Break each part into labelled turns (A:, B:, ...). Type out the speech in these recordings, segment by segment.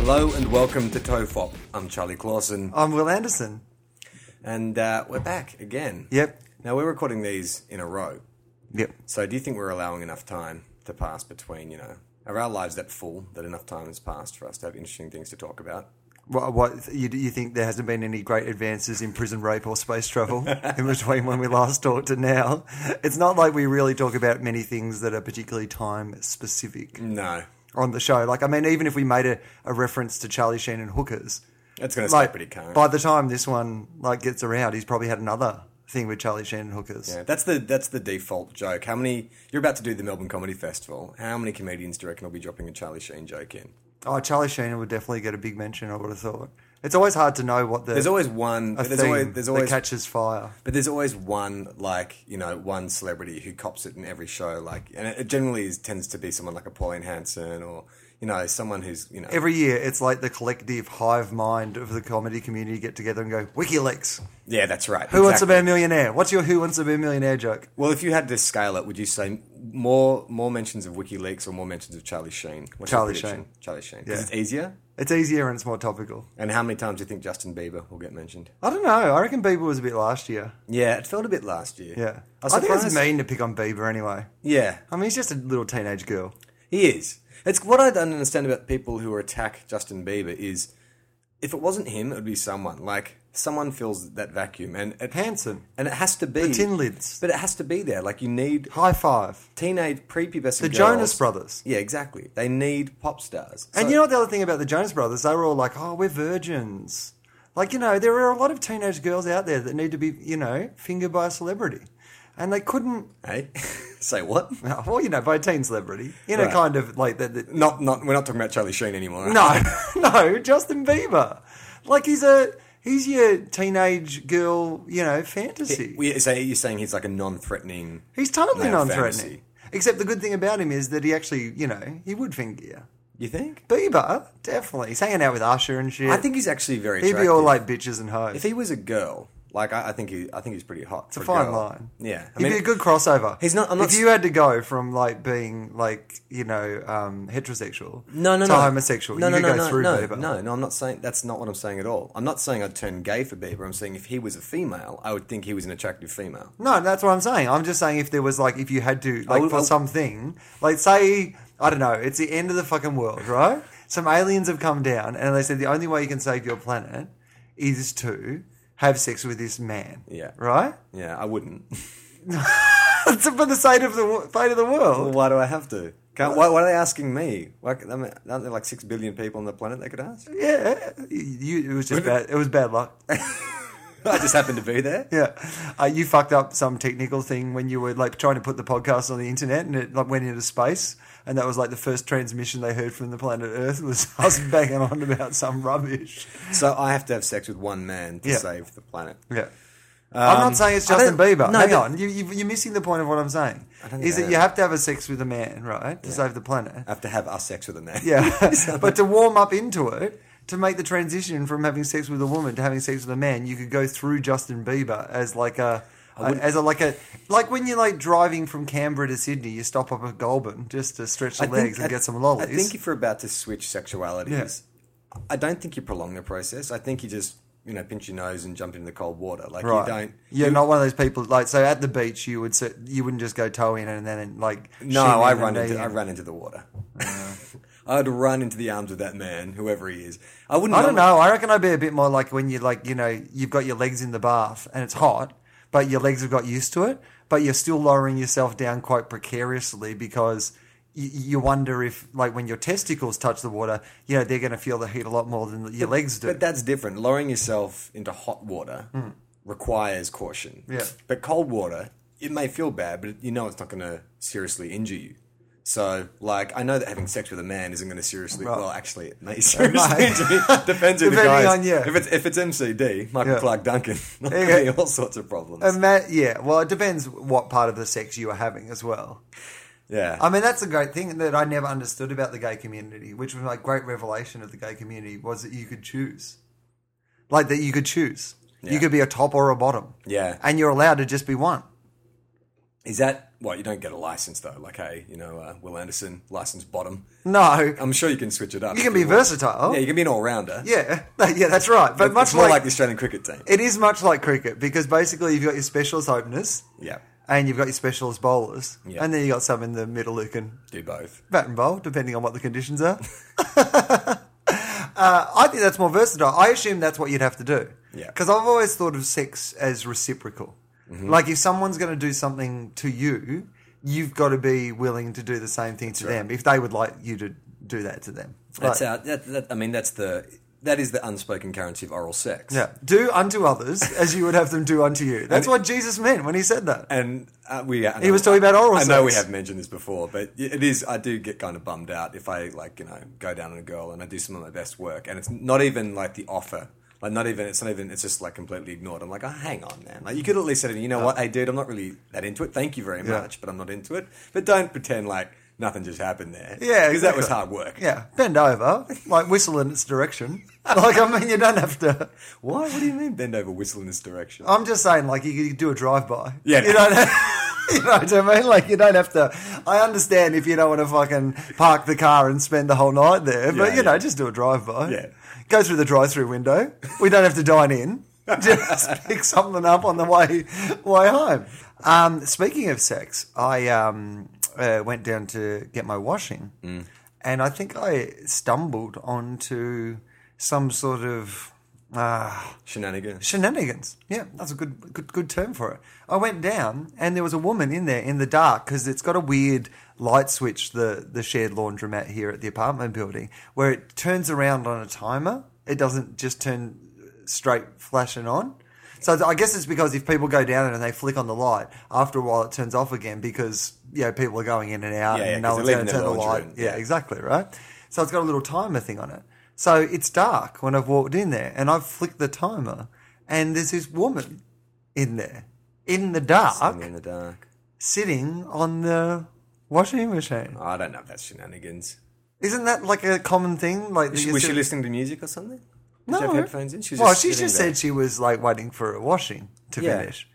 A: Hello and welcome to Tofop. I'm Charlie Clausen,
B: I'm Will Anderson.
A: and uh, we're back again.
B: Yep.
A: Now we're recording these in a row,
B: Yep.
A: so do you think we're allowing enough time to pass between? You know, are our lives that full that enough time has passed for us to have interesting things to talk about?
B: What, what you, you think there hasn't been any great advances in prison rape or space travel in between when we last talked and now? It's not like we really talk about many things that are particularly time specific
A: No,
B: on the show. Like, I mean, even if we made a, a reference to Charlie Sheen and hookers,
A: that's going to stay
B: like
A: pretty current.
B: by the time this one like gets around, he's probably had another thing with Charlie Sheen and hookers.
A: Yeah, that's the that's the default joke. How many? You're about to do the Melbourne Comedy Festival. How many comedians do you reckon will be dropping a Charlie Sheen joke in?
B: Oh, Charlie Sheen would definitely get a big mention. I would have thought. It's always hard to know what the
A: There's always one.
B: a
A: But there's
B: theme
A: always there's always
B: that catches fire.
A: But there's always one, like you know, one celebrity who cops it in every show. Like, and it generally is, tends to be someone like a Pauline Hanson or you know, someone who's you know,
B: Every year, it's like the collective hive mind of the comedy community get together and go, WikiLeaks, who
A: yeah, that's right.
B: wants to be
A: exactly.
B: a millionaire? What's your who wants to be a millionaire joke?
A: Well, if you had to scale it, would you say more more mentions of WikiLeaks or more mentions of Charlie Sheen? What's your
B: Charlie
A: prediction?
B: Sheen.
A: Charlie Sheen.
B: Yeah.
A: Because it's easier.
B: It's easier and it's more topical.
A: And how many times do you think Justin Bieber will get mentioned?
B: I don't know. I reckon Bieber was a bit last year.
A: Yeah, it felt a bit last year.
B: Yeah.
A: I
B: I,
A: was
B: think it's
A: surprised-
B: mean to pick on Bieber anyway.
A: Yeah,
B: I mean, he's just a little teenage girl.
A: He is. It's what I don't understand about people who attack Justin Bieber is if it wasn't him, it would be someone. Like someone fills that vacuum, and it,
B: Hanson.
A: and it has to be
B: The Tin Lids.
A: But it has to be there. Like you need
B: High five.
A: teenage prepubescent.
B: The
A: girls.
B: Jonas Brothers.
A: Yeah, exactly. They need pop stars.
B: And
A: So-
B: you know what the other thing about the Jonas Brothers? They were all like, oh, we're virgins. Like, you know, there are a lot of teenage girls out there that need to be, you know, fingered by a celebrity. And they couldn't
A: hey, say what?
B: Well, you know, by a teen celebrity. You know,
A: Right.
B: kind of like that. that-
A: Not not. We're not talking about Charlie Sheen anymore. are
B: no, no, Justin Bieber. Like he's a he's your teenage girl, you know, fantasy.
A: we? So you're saying he's like a non-threatening.
B: he's totally
A: male
B: non-threatening.
A: fantasy.
B: Except the good thing about him is that he actually, you know, he would finger you.
A: You think?
B: Bieber, definitely. He's hanging out with Usher and shit.
A: I think he's actually very.
B: he'd
A: Attractive.
B: be all like bitches and
A: if
B: hoes.
A: he was a girl. Like I, I think he, I think he's pretty hot. It's
B: a fine line.
A: Yeah, I
B: He'd be a good crossover.
A: He's not- I'm not
B: if you had to go from like being like you know um, heterosexual,
A: No, no,
B: to
A: no.
B: homosexual,
A: No,
B: you
A: no,
B: could
A: no,
B: go
A: no,
B: through
A: no,
B: Bieber.
A: no, no. I'm not saying that's not what I'm saying at all. I'm not saying I'd turn gay for Bieber. I'm saying if he was a female, I would think he was an attractive female.
B: No, that's what I'm saying. I'm just saying if there was like if you had to like
A: would-
B: for
A: I-
B: something, like say I don't know, it's the end of the fucking world, right? Some aliens have come down and they said the only way you can save your planet is to have sex with this man.
A: Yeah.
B: Right?
A: Yeah, I wouldn't.
B: It's for the sake of the wo- fate of the
A: well,
B: world.
A: why do I have to? Can't, why, why are they asking me? Why, c- I mean, aren't there like six billion people on the planet they could ask?
B: Yeah. You, it was just bad. It was bad luck.
A: I just happened to be there.
B: Yeah. Uh, you fucked up some technical thing when you were like trying to put the podcast on the internet and it like went into space. And that was like the first transmission they heard from the planet Earth was us banging on about some rubbish.
A: So I have to have sex with one man to
B: Yeah.
A: save the planet.
B: Yeah. I'm not saying it's
A: Um, I
B: Justin
A: don't-
B: Bieber.
A: no,
B: Hang
A: but-
B: on. You, you, you're missing the point of what I'm saying.
A: don't think
B: Is
A: I
B: that
A: am.
B: you have to have a sex with a man, right? To save the planet.
A: I have to have us sex with a man.
B: Yeah. but to warm up into it, to make the transition from having sex with a woman to having sex with a man, you could go through Justin Bieber as like a, a as a like a like when you're like driving from Canberra to Sydney, you stop up at Goulburn just to stretch the legs and
A: I-
B: get some lollies.
A: I think if we're about to switch sexualities, I don't think you prolong the process. I think you just you know pinch your nose and jump into the cold water. Like
B: right.
A: you don't.
B: You're not one of those people like so at the beach you would sit, you wouldn't just go toe in and then like
A: No,
B: shin in
A: I
B: and
A: run into
B: knee
A: I
B: in.
A: run into the water. I'd run into the arms of that man, whoever he is. I wouldn't.
B: I don't know. I reckon I'd be a bit more like when you like you know you've got your legs in the bath and it's hot, but your legs have got used to it, but you're still lowering yourself down quite precariously because you, you wonder if like when your testicles touch the water, you know they're going to feel the heat a lot more than your legs do.
A: But that's different. Lowering yourself into hot water requires caution.
B: Hmm. Yeah.
A: But cold water, it may feel bad, but you know it's not going to seriously injure you. So, like, I know that having sex with a man isn't going to seriously.
B: Right.
A: Well, actually, it may seriously
B: might.
A: injure you. Depends who the
B: Depending
A: guy is.
B: on you.
A: If it's if it's MCD, Michael
B: Yeah. Um,
A: Clark Duncan, there
B: you
A: could be all sorts of problems.
B: and that, yeah, well, it depends what part of the sex you are having as well.
A: yeah.
B: I mean, that's a great thing that I never understood about the gay community, which was my great revelation of the gay community was that you could choose, like that you could choose.
A: Yeah.
B: You could be a top or a bottom.
A: Yeah.
B: and you're allowed to just be one.
A: Is that well? You don't get a license though. Like, hey, you know, uh, Will Anderson, license bottom.
B: No,
A: I'm sure you can switch it up.
B: you
A: if
B: can be
A: want.
B: versatile.
A: Yeah, you can be an all rounder.
B: Yeah, yeah, that's right. But much
A: it's more
B: like,
A: like, the Australian cricket team.
B: it is much like cricket because basically you've got your specialist openers
A: Yeah,
B: and you've got your specialist bowlers,
A: Yeah.
B: and then you got some in the middle who can
A: do both.
B: bat and bowl depending on what the conditions are. uh, I think that's more versatile. I assume that's what you'd have to do.
A: Yeah. Mm-hmm.
B: because I've always thought of sex as reciprocal. Like if someone's going to do something to you, you've got to be willing to do the same thing to
A: right.
B: them if they would like you to do that to them.
A: That's
B: Like-
A: how. That, that, I mean, that's the that is the unspoken currency of oral sex.
B: Yeah. Do unto others as you would have them do unto you. That's what Jesus meant when he said that.
A: And uh, we uh,
B: He was talking about oral
A: I know we
B: sex.
A: have mentioned this before, but it is. I do get kind of bummed out if I like you know go down on a girl and I do some of my best work, and it's not even like the offer. Like not even it's not even it's just like completely ignored. I'm like, oh, hang on, man. Like you could at least say to me, you know what, hey dude, I'm not really that into it. Thank you very
B: Yeah.
A: much, but I'm not into it. But don't pretend like nothing just happened there.
B: Yeah,
A: because that was
B: exactly.
A: hard work.
B: Yeah. Bend over, like whistle in its direction. Like, I mean, you don't have to.
A: Why? What do you mean bend over, whistle in this direction?
B: I'm just saying, like, you could do a drive by.
A: Yeah.
B: You don't You know what I mean? Like, you don't have to. I understand if you don't want to fucking park the car and spend the whole night there, but
A: Yeah,
B: you know,
A: yeah.
B: just do a drive by.
A: Yeah.
B: Go through the drive through window. We don't have to dine in. Just pick something up on the way way home. Um, speaking of sex, I um, uh, went down to get my washing,
A: Mm.
B: and I think I stumbled onto some sort of. Uh,
A: Shenanigans.
B: shenanigans. Yeah, that's a good good good term for it. I went down and there was a woman in there in the dark because it's got a weird light switch the the shared laundromat here at the apartment building where it turns around on a timer. It doesn't just turn straight flashing on. So th- I guess it's because if people go down and they flick on the light, after a while it turns off again because you know people are going in and out
A: Yeah, yeah,
B: and
A: 'cause
B: no
A: they're
B: one's
A: leaving
B: going to
A: their
B: turn the light.
A: laundry in.
B: Yeah,
A: Yeah.
B: exactly right. So it's got a little timer thing on it. So it's dark when I've walked in there, and I've flicked the timer, and there's this woman in there in the dark,
A: Sitting in the dark.
B: sitting on the washing machine.
A: Oh, I don't know if that's shenanigans.
B: Isn't that like a common thing? Like that
A: She-
B: you
A: was she
B: sit-
A: listening to music or something? Did
B: No.
A: she have headphones in? She was
B: well,
A: just
B: she
A: sitting
B: just
A: there.
B: said she was like waiting for a washing to
A: Yeah.
B: finish,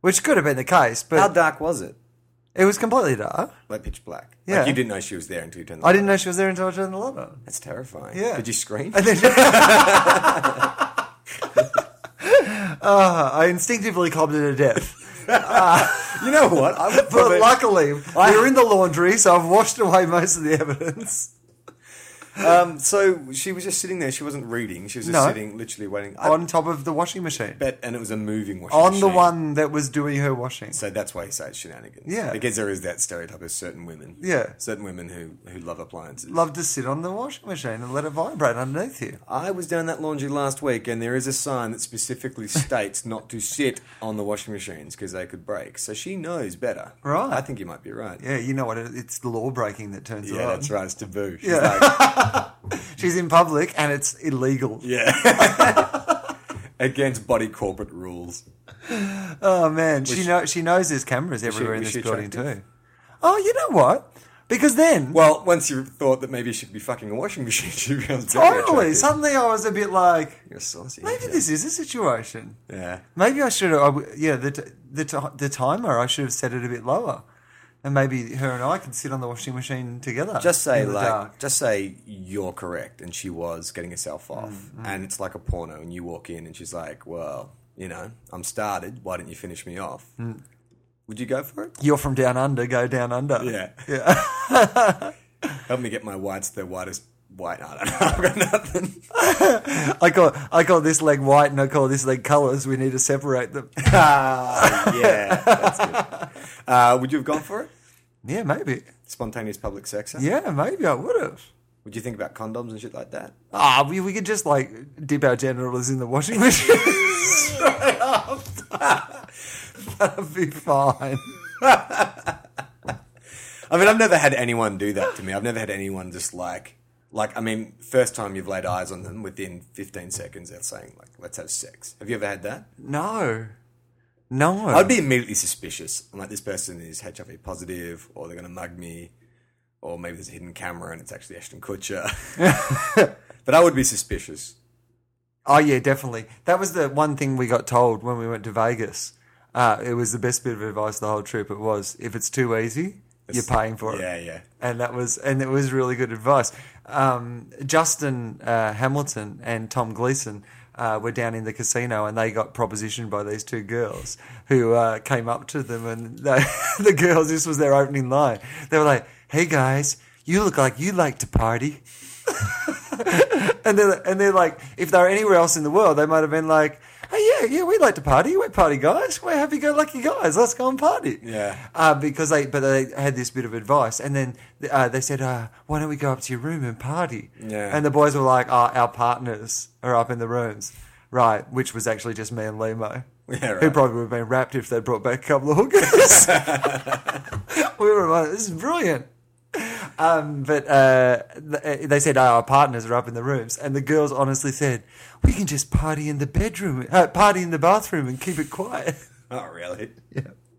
B: which could have been the case, but
A: How dark was it?
B: it was completely dark.
A: Like pitch black.
B: Yeah.
A: Like you didn't know she was there until you turned the
B: I didn't know she was there until I turned the light on.
A: That's terrifying.
B: Yeah.
A: Did you scream?
B: And then. Uh, I instinctively cobbled her to death.
A: you know what? I would
B: But
A: probably-
B: luckily, we were in the laundry, so I've washed away most of the evidence.
A: um, so she was just sitting there. She wasn't reading. She was just
B: No.
A: sitting, literally waiting. I
B: on top of the washing machine.
A: bet, and it was a moving washing
B: On the
A: machine.
B: one that was doing her washing.
A: So that's why you say it's shenanigans.
B: Yeah.
A: Because there is that stereotype of certain women.
B: Yeah.
A: Certain women who, who love appliances.
B: Love to sit on the washing machine and let it vibrate underneath you.
A: I was down that laundry last week, and there is a sign that specifically states not to sit on the washing machines because they could break. So she knows better.
B: Right.
A: I think you might be right.
B: Yeah, you know what? it- It's the law breaking that turns
A: Yeah,
B: her on.
A: that's right. It's taboo. She's
B: Yeah.
A: like,
B: She's in public and it's illegal.
A: yeah. Against body corporate rules.
B: Oh man, she, know, she knows there's cameras everywhere
A: was
B: in
A: she
B: this building
A: attractive?
B: too. Oh, you know what? Because then
A: Well, once you thought that maybe she could be fucking a washing machine, she becomes very
B: totally
A: attractive.
B: suddenly I was a bit like,
A: You're saucy.
B: maybe
A: yeah.
B: this is a situation.
A: Yeah.
B: Maybe I should have. I w- Yeah, the t- the t- the timer. I should have set it a bit lower, and maybe her and I could sit on the washing machine together.
A: Just say
B: in the
A: like,
B: dark.
A: just say you're correct, and she was getting herself off, and it's like a porno, and you walk in, and she's like, "Well, you know, I'm started. Why didn't you finish me off? Would you go for it?
B: you're from down under. Go down under.
A: Yeah,
B: yeah.
A: help me get my whites the whitest white. I don't know. I've got nothing.
B: I call I call this leg white, and I call this leg colours. We need to separate them.
A: yeah, that's good. Uh, would you have gone for it?
B: yeah, maybe.
A: Spontaneous public sex? act?
B: Yeah, maybe I would have.
A: Would you think about condoms and shit like that?
B: Ah, we, we could just like dip our genitals in the washing machine straight after. That'd be fine.
A: I mean, I've never had anyone do that to me. I've never had anyone just like, like, I mean, first time you've laid eyes on them, within 15 seconds, they're saying, like, let's have sex. Have you ever had that?
B: No, no.
A: I'd be immediately suspicious. I'm like, this person is HIV positive, or they're going to mug me, or maybe there's a hidden camera and it's actually Ashton Kutcher. but I would be suspicious.
B: Oh yeah, definitely. That was the one thing we got told when we went to Vegas. Uh, it was the best bit of advice the whole trip. It was if it's too easy, you're paying for it
A: Yeah, yeah.
B: and that was and it was really good advice. Um, Justin uh, Hamilton and Tom Gleason uh, were down in the casino, and they got propositioned by these two girls who uh, came up to them, and they, the girls. This was their opening line. They were like, "Hey guys, you look like you like to party." and they're and they're like, if they were anywhere else in the world, they might have been like, "Oh yeah, yeah, we like to party. We're party guys. We're happy-go-lucky guys. Let's go and party."
A: Yeah.
B: Uh, because they, but they had this bit of advice, and then uh, they said, uh, "Why don't we go up to your room and party?"
A: Yeah.
B: And the boys were like, oh, "Our partners are up in the rooms, right?" Which was actually just me and Limo.
A: Yeah,
B: Who
A: right.
B: probably would have been wrapped if they brought back a couple of hookers. we were like, "This is brilliant." Um, but uh, th- they said, oh, our partners are up in the rooms. And the girls honestly said, we can just party in the bedroom, uh, party in the bathroom and keep it quiet.
A: Not really.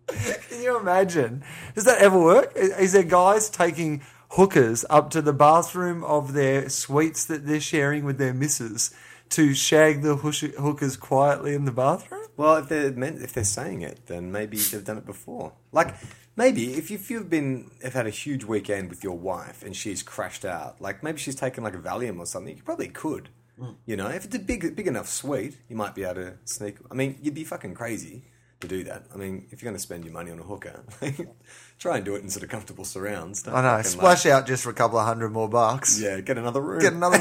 B: can you imagine? Does that ever work? Is, is there guys taking hookers up to the bathroom of their suites that they're sharing with their missus to shag the hush- hookers quietly in the bathroom?
A: Well, if they're meant, if they're saying it, then maybe they've done it before. Like maybe if, you, if you've been have had a huge weekend with your wife and she's crashed out, like maybe she's taken like a Valium or something. You probably could.
B: Hmm.
A: You know, if it's a big big enough suite, you might be able to sneak. I mean, you'd be fucking crazy to do that. I mean, if you're going to spend your money on a hooker, try and do it in sort of comfortable surrounds. Don't
B: I know.
A: fucking,
B: Splash out just for a couple of hundred more bucks.
A: Like, yeah, get another room.
B: Get another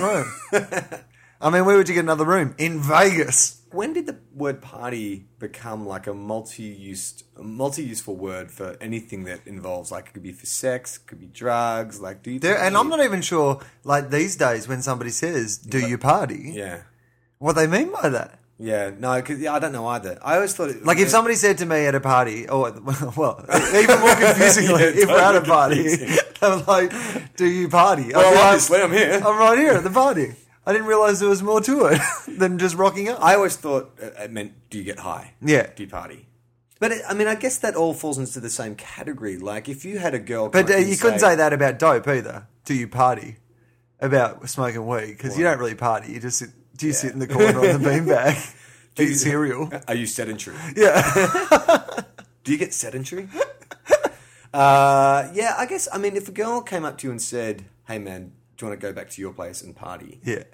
B: room. I mean, where would you get another room? In Vegas.
A: when did the word party become like a multi-used multi-useful word for anything that involves like it could be for sex could be drugs like do you
B: There,
A: think
B: and I'm
A: it-
B: not even sure, like these days, when somebody says, "Do you party?"
A: yeah
B: what they mean by that.
A: yeah no because yeah, i don't know either i always thought it,
B: Like if somebody said to me at a party, or well, even more confusingly,
A: Yeah,
B: if we're at a
A: totally
B: party,
A: confusing.
B: they're like, "Do you party?" I'd be
A: well
B: like,
A: obviously i'm here
B: I'm right here at the party. I didn't realize there was more to it than just rocking up.
A: i always thought it it meant do you get high
B: Yeah.
A: do you party but it, i mean i guess that all falls into the same category like if you had a girl
B: But
A: come
B: uh,
A: up and
B: you couldn't say that about dope either. Do you party? About smoking weed because you
A: Well-
B: don't really party. You just sit, do you sit
A: Yeah.
B: in the corner on the beanbag,
A: Do you-
B: eat cereal.
A: are you sedentary
B: Yeah,
A: Do you get sedentary? uh, yeah, I guess. I mean, if a girl came up to you and said, "Hey, man, do you want to go back to your place and party?"
B: yeah.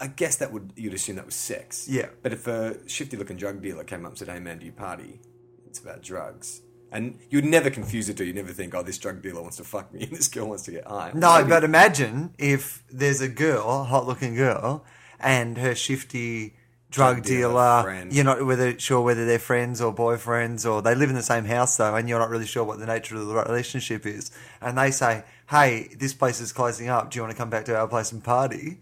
A: I guess that would you'd assume that was sex.
B: Yeah.
A: But if a shifty-looking drug dealer came up and said, "Hey, man, do you party?" It's about drugs, and you'd never confuse the two. You never think, "Oh, this drug dealer wants to fuck me, and this girl wants to get high."
B: No,
A: Maybe-
B: but imagine if there's a girl, hot looking girl, and her shifty drug,
A: Drug dealer
B: dealer.
A: friend.
B: You're not whether sure whether they're friends or boyfriends or they live in the same house though, and you're not really sure what the nature of the relationship is. And they say, "Hey, this place is closing up. Do you want to come back to our place and party?"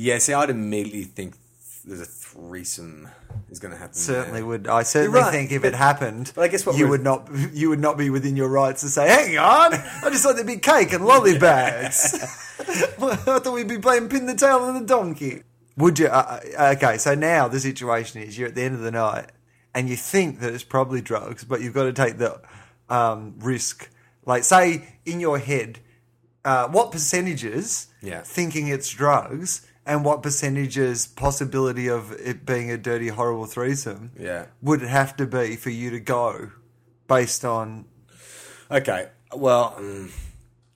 A: yeah, see, I'd immediately think th- there's a threesome is going to happen.
B: Certainly
A: there.
B: would. I certainly
A: right,
B: think if
A: but-
B: it happened,
A: but I guess what
B: you
A: we've-
B: would not you would not be within your rights to say, "Hang on, I just thought there'd be cake and lolly bags. I thought we'd be playing pin the tail on the donkey." Would you? Uh, uh, okay, so now the situation is you're at the end of the night and you think that it's probably drugs, but you've got to take the um, risk. Like, say in your head, uh, what percentages
A: Yeah.
B: thinking it's drugs and what percentages possibility of it being a dirty horrible threesome
A: Yeah.
B: would it have to be for you to go based on
A: Okay. Well, mm,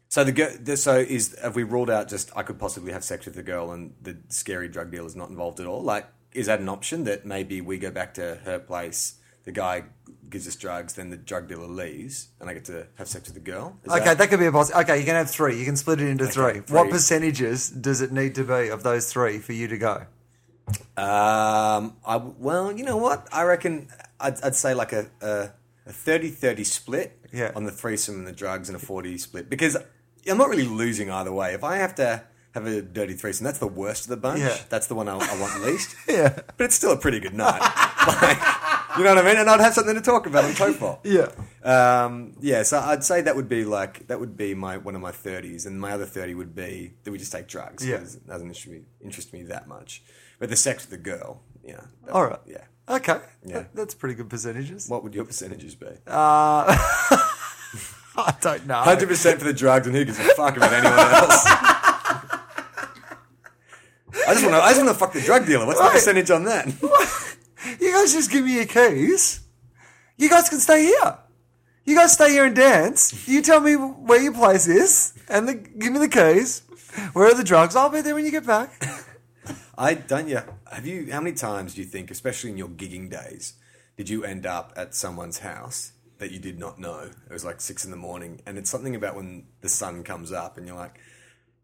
A: so the girl. the- So is have we ruled out just I could possibly have sex with the girl and the scary drug dealer is not involved at all? Like, is that an option that maybe we go back to her place? The guy gives us drugs, then the drug dealer leaves, and I get to have sex with the girl. Is
B: okay
A: that-
B: that, could be a poss- okay you can have three you can split it into three.
A: three.
B: what percentages does it need to be of those three for you to go
A: um, I w- well, you know what? I reckon I'd, I'd say like a, a a 30-30 split
B: Yeah.
A: on the threesome and the drugs, and a forty split because I'm not really losing either way. If I have to have a dirty threesome, that's the worst of the bunch.
B: Yeah.
A: That's the one I, I want least.
B: yeah
A: but it's still a pretty good night. Like, you know what I mean? And I'd have something to talk about on profile.
B: yeah
A: Um, yeah, so I'd say that would be like that would be my one of my thirties, and my other thirty would be that we just take drugs.
B: Yeah.
A: 'cause it doesn't interest me, interest me that much. But the sex with the girl, yeah. that-
B: all right
A: Yeah.
B: okay
A: Yeah.
B: That- that's pretty good percentages
A: What would your percentages be?
B: i don't know
A: Hundred percent for the drugs, and who gives a fuck about anyone else? I just want to. I just want to fuck the drug dealer. What's the
B: Right.
A: percentage on that?
B: you guys just give me your keys you guys can stay here. You guys stay here and dance. You tell me where your place is and the, give me the keys. Where are the drugs? I'll be there when you get back.
A: I don't you have you how many times do you think, especially in your gigging days, did you end up at someone's house that you did not know? It was like six in the morning, and it's something about when the sun comes up and you're like,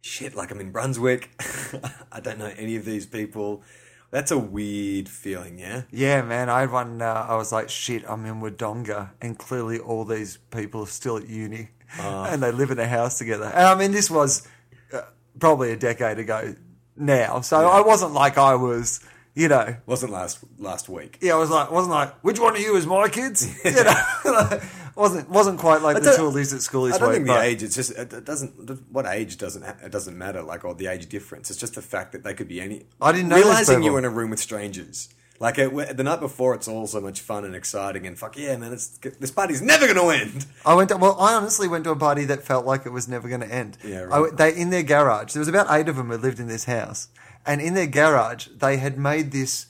A: shit, like I'm in Brunswick. I don't know any of these people. That's a weird feeling, yeah?
B: Yeah, man. I had one. Uh, I was like, shit, I'm in Wodonga, and clearly all these people are still at uni, and they live in a house together. And I mean, this was uh, probably a decade ago now, so I wasn't like I was, you know.
A: Wasn't last last week.
B: Yeah, I was like, wasn't like, which one of you is my kids? You know, like, wasn't wasn't quite like the
A: don't-
B: two leaves at school this
A: I don't
B: week.
A: think the
B: but-
A: age. It's just it it doesn't. What age doesn't ha- it doesn't matter. Like or the age difference. It's just the fact that they could be any.
B: I didn't know those
A: realizing you
B: people.
A: were in a room with strangers. Like it, the night before, it's all so much fun and exciting, and fuck yeah, man! It's, this party's never going to end.
B: I went. To, well, I honestly went to a party that felt like it was never going to end.
A: Yeah, right.
B: I went- they in their garage. There was about eight of them who lived in this house, and in their garage they had made this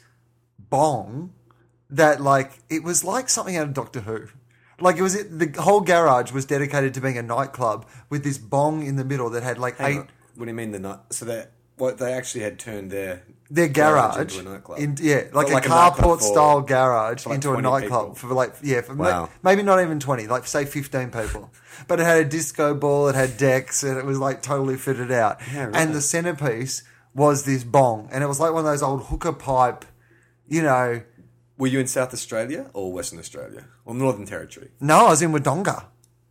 B: bong that, like, it was like something out of Doctor Who. Like it was the whole garage was dedicated to being a nightclub with this bong in the middle that had like eight.
A: What do you mean the night? So they what they actually had turned their
B: Their garage,
A: into a nightclub.
B: in- yeah, like
A: But
B: a
A: like a nightclub
B: carport
A: for-
B: style garage
A: like
B: into a
A: 20
B: nightclub
A: people.
B: for like yeah, for ma-
A: Wow.
B: maybe not even twenty, like say fifteen people. But it had a disco ball, it had decks, and it was like totally fitted out.
A: Yeah, right.
B: And the centerpiece was this bong, and it was like one of those old hooker pipe, you know.
A: Were you in South Australia or Western Australia or Northern Territory?
B: No, I was in Wodonga.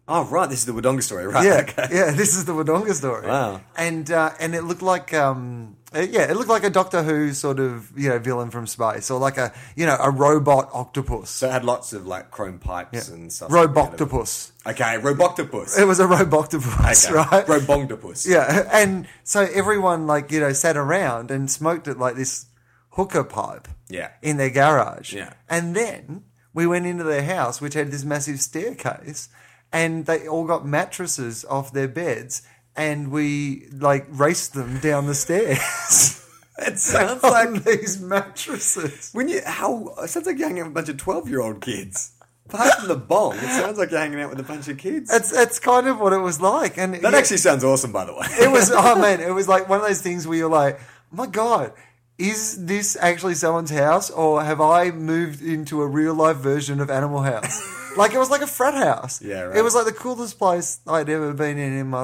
A: Oh right, this is the Wodonga story, right?
B: Yeah,
A: okay.
B: yeah. This is the Wodonga story.
A: Wow.
B: And uh, and it looked like um, uh, yeah, it looked like a Doctor Who sort of you know villain from space, or like a you know a robot octopus.
A: So it had lots of like chrome pipes and stuff.
B: Roboctopus.
A: Okay, Roboctopus.
B: It was a Roboctopus,
A: Okay,
B: right?
A: Robongtopus.
B: yeah, and so everyone like you know sat around and smoked it like this hooker pipe.
A: Yeah.
B: in their garage.
A: Yeah.
B: and then we went into their house, which had this massive staircase, and they all got mattresses off their beds, and we like raced them down the stairs.
A: It sounds like
B: on these mattresses.
A: when you how it sounds like you're hanging out with a bunch of twelve year old kids. Apart from the bong, it sounds like you're hanging out with a bunch of kids.
B: That's that's kind of what it was like, and
A: That
B: yeah.
A: actually sounds awesome, by the way.
B: it was oh man, it was like one of those things where you're like, my god, is this actually someone's house or have I moved into a real life version of Animal House? like it was like a frat house.
A: Yeah, right.
B: It was like the coolest place I'd ever been in in my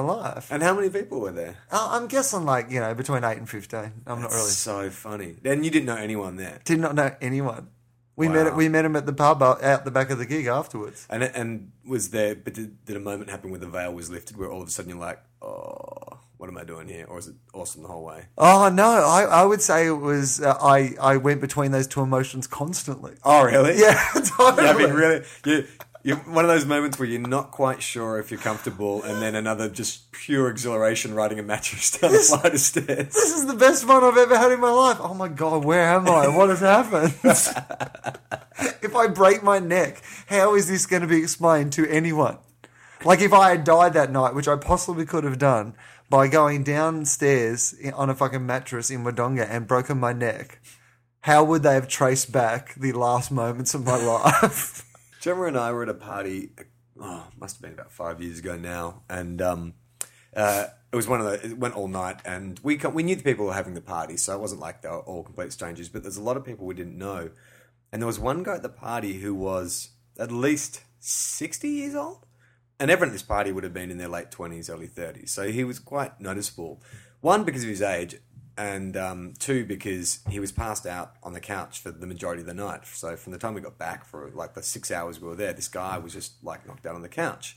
B: life.
A: and how many people were there?
B: I- I'm guessing like you know between eight and fifteen. I'm not really.
A: So funny. And you didn't know anyone there.
B: Did not know anyone. We met
A: Wow.
B: we met him at the pub out out the back of the gig afterwards.
A: And and was there? But did, did a moment happen where the veil was lifted, where all of a sudden you're like, oh, what am I doing here? Or is it awesome the whole way?
B: Oh no, I, I would say it was uh, I I went between those two emotions constantly.
A: Oh, really?
B: Yeah, totally.
A: Yeah, I mean, really. You, you, one of those moments where you're not quite sure if you're comfortable, and then another just pure exhilaration riding a mattress down a flight of stairs.
B: this is the best fun I've ever had in my life. Oh my god, where am I? What has happened? if I break my neck, how is this going to be explained to anyone? Like if I had died that night, which I possibly could have done by going downstairs i- on a fucking mattress in Wodonga and broken my neck, how would they have traced back the last moments of my life?
A: Gemma and I were at a party. Oh, must have been about five years ago now, and um, uh, it was one of the. It went all night, and we co- we knew the people who were having the party, so it wasn't like they were all complete strangers. But there's a lot of people we didn't know, and there was one guy at the party who was at least sixty years old, and everyone at this party would have been in their late twenties, early thirties. So he was quite noticeable. One because of his age. And um, two, because he was passed out on the couch for the majority of the night. So from the time we got back for like the six hours we were there, this guy was just like knocked out on the couch.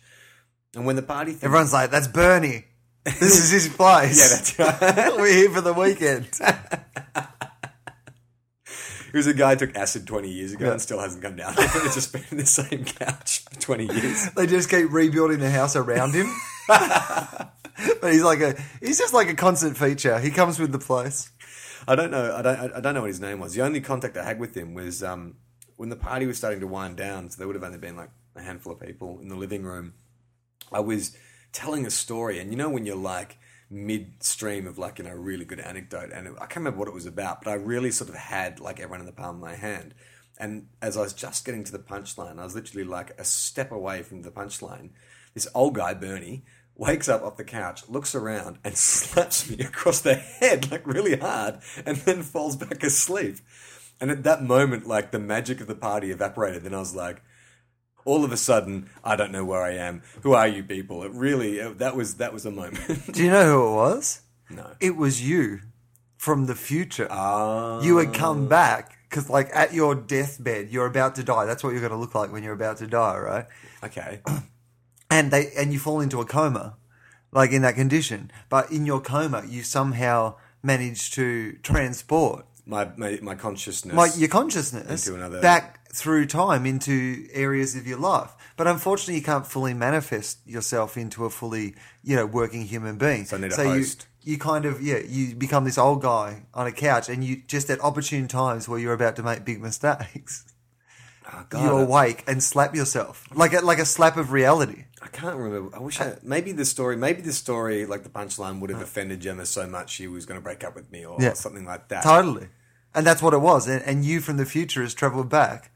A: And when the party, thing-
B: Everyone's like, "That's Bernie. This is his place.
A: yeah, that's right.
B: We're here for the weekend."
A: It was a guy who took acid 20 years ago and still hasn't come down. it's just been in the same couch for 20 years.
B: They just keep rebuilding the house around him. but he's like a he's just like a constant feature. He comes with the place.
A: I don't know. I don't, I don't know what his name was. The only contact I had with him was um, when the party was starting to wind down. So there would have only been like a handful of people in the living room. I was telling a story, and you know when you're like midstream of like you know a really good anecdote, and it, I can't remember what it was about, but I really sort of had like everyone in the palm of my hand, And as I was just getting to the punchline, I was literally like a step away from the punchline. This old guy, Bernie, wakes up off the couch, looks around, and slaps me across the head like really hard, and then falls back asleep. And at that moment, like the magic of the party evaporated. Then I was like, all of a sudden, I don't know where I am. Who are you people? It really it- that was that was a moment.
B: Do you know who it was?
A: no.
B: It was you from the future. You had come back because, like, at your deathbed, you're about to die. That's what you're going to look like when you're about to die, right?
A: Okay.
B: and they and you fall into a coma, like in that condition. But in your coma, you somehow manage to transport
A: My my, my consciousness.
B: like your consciousness
A: Into another-
B: back through time into areas of your life. But unfortunately, you can't fully manifest yourself into a fully you know working human being.
A: So I need a
B: you,
A: host.
B: you kind of yeah you become this old guy on a couch, and you just at opportune times where you're about to make big mistakes.
A: Oh,
B: you
A: I-
B: awake and slap yourself like a, like a slap of reality.
A: I can't remember. I wish I maybe the story, maybe the story, like the punchline, would have offended Gemma so much she was going to break up with me or
B: Yeah.
A: something like that.
B: Totally. And that's what it was. And, and you from the future has travelled back.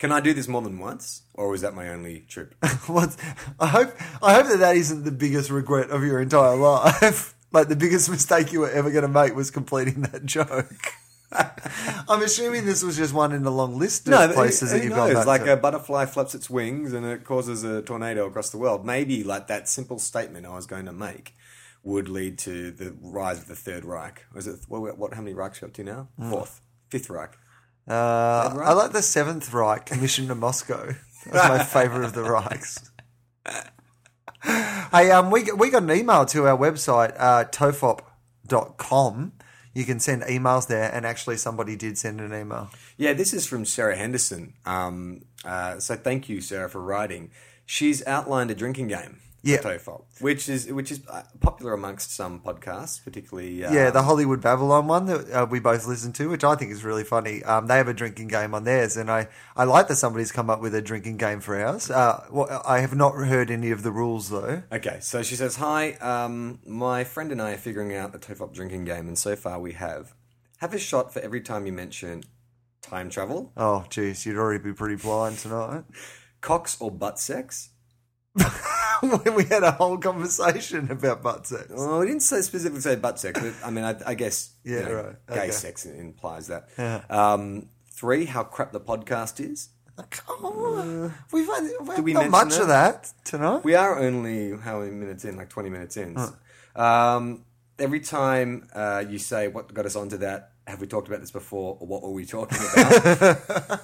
A: Can I do this more than once, or was that my only trip?
B: What's, I hope I hope that that isn't the biggest regret of your entire life. like the biggest mistake you were ever going to make was completing that joke. I'm assuming this was just one in a long list of places
A: who
B: that you've
A: knows?
B: gone back
A: like
B: to.
A: a butterfly flaps its wings and it causes a tornado across the world. Maybe like that simple statement I was going to make would lead to the rise of the Third Reich. Was it what? what how many Reichs are we up to now?
B: Mm.
A: Fourth, Fifth Reich.
B: uh,
A: Reich?
B: I like the Seventh Reich, Commission to Moscow. That's my favourite of the Reichs. Hey, um, we, we got an email to our website, uh, tofop.com. You can send emails there, and actually, somebody did send an email.
A: Yeah, this is from Sarah Henderson. Um, uh, so thank you, Sarah, for writing. She's outlined a drinking game. for
B: Yeah.
A: TOEFL, which is which is uh, popular amongst some podcasts, particularly. Uh,
B: Yeah, the Hollywood Babylon one that uh, we both listened to, which I think is really funny. Um, they have a drinking game on theirs, and I, I like that somebody's come up with a drinking game for ours. Uh, well, I have not heard any of the rules, though.
A: Okay, so she says, Hi, um, my friend and I are figuring out the TOEFOP drinking game, and so far we have. Have a shot for every time you mention time travel,
B: Oh, jeez, you'd already be pretty blind tonight.
A: cocks or butt sex.
B: when we had a whole conversation about butt sex.
A: Well, Oh, we didn't say specifically say butt sex, but I mean, I, I guess
B: Yeah, right,
A: gay
B: okay.
A: sex implies that. Um, three, how crap the podcast is.
B: Oh, we've had, we've
A: we
B: not
A: mention
B: much
A: that?
B: of that tonight.
A: We are only how many minutes in? Like twenty minutes in. Um, every time uh, you say what got us onto that, have we talked about this before, or what were we talking about?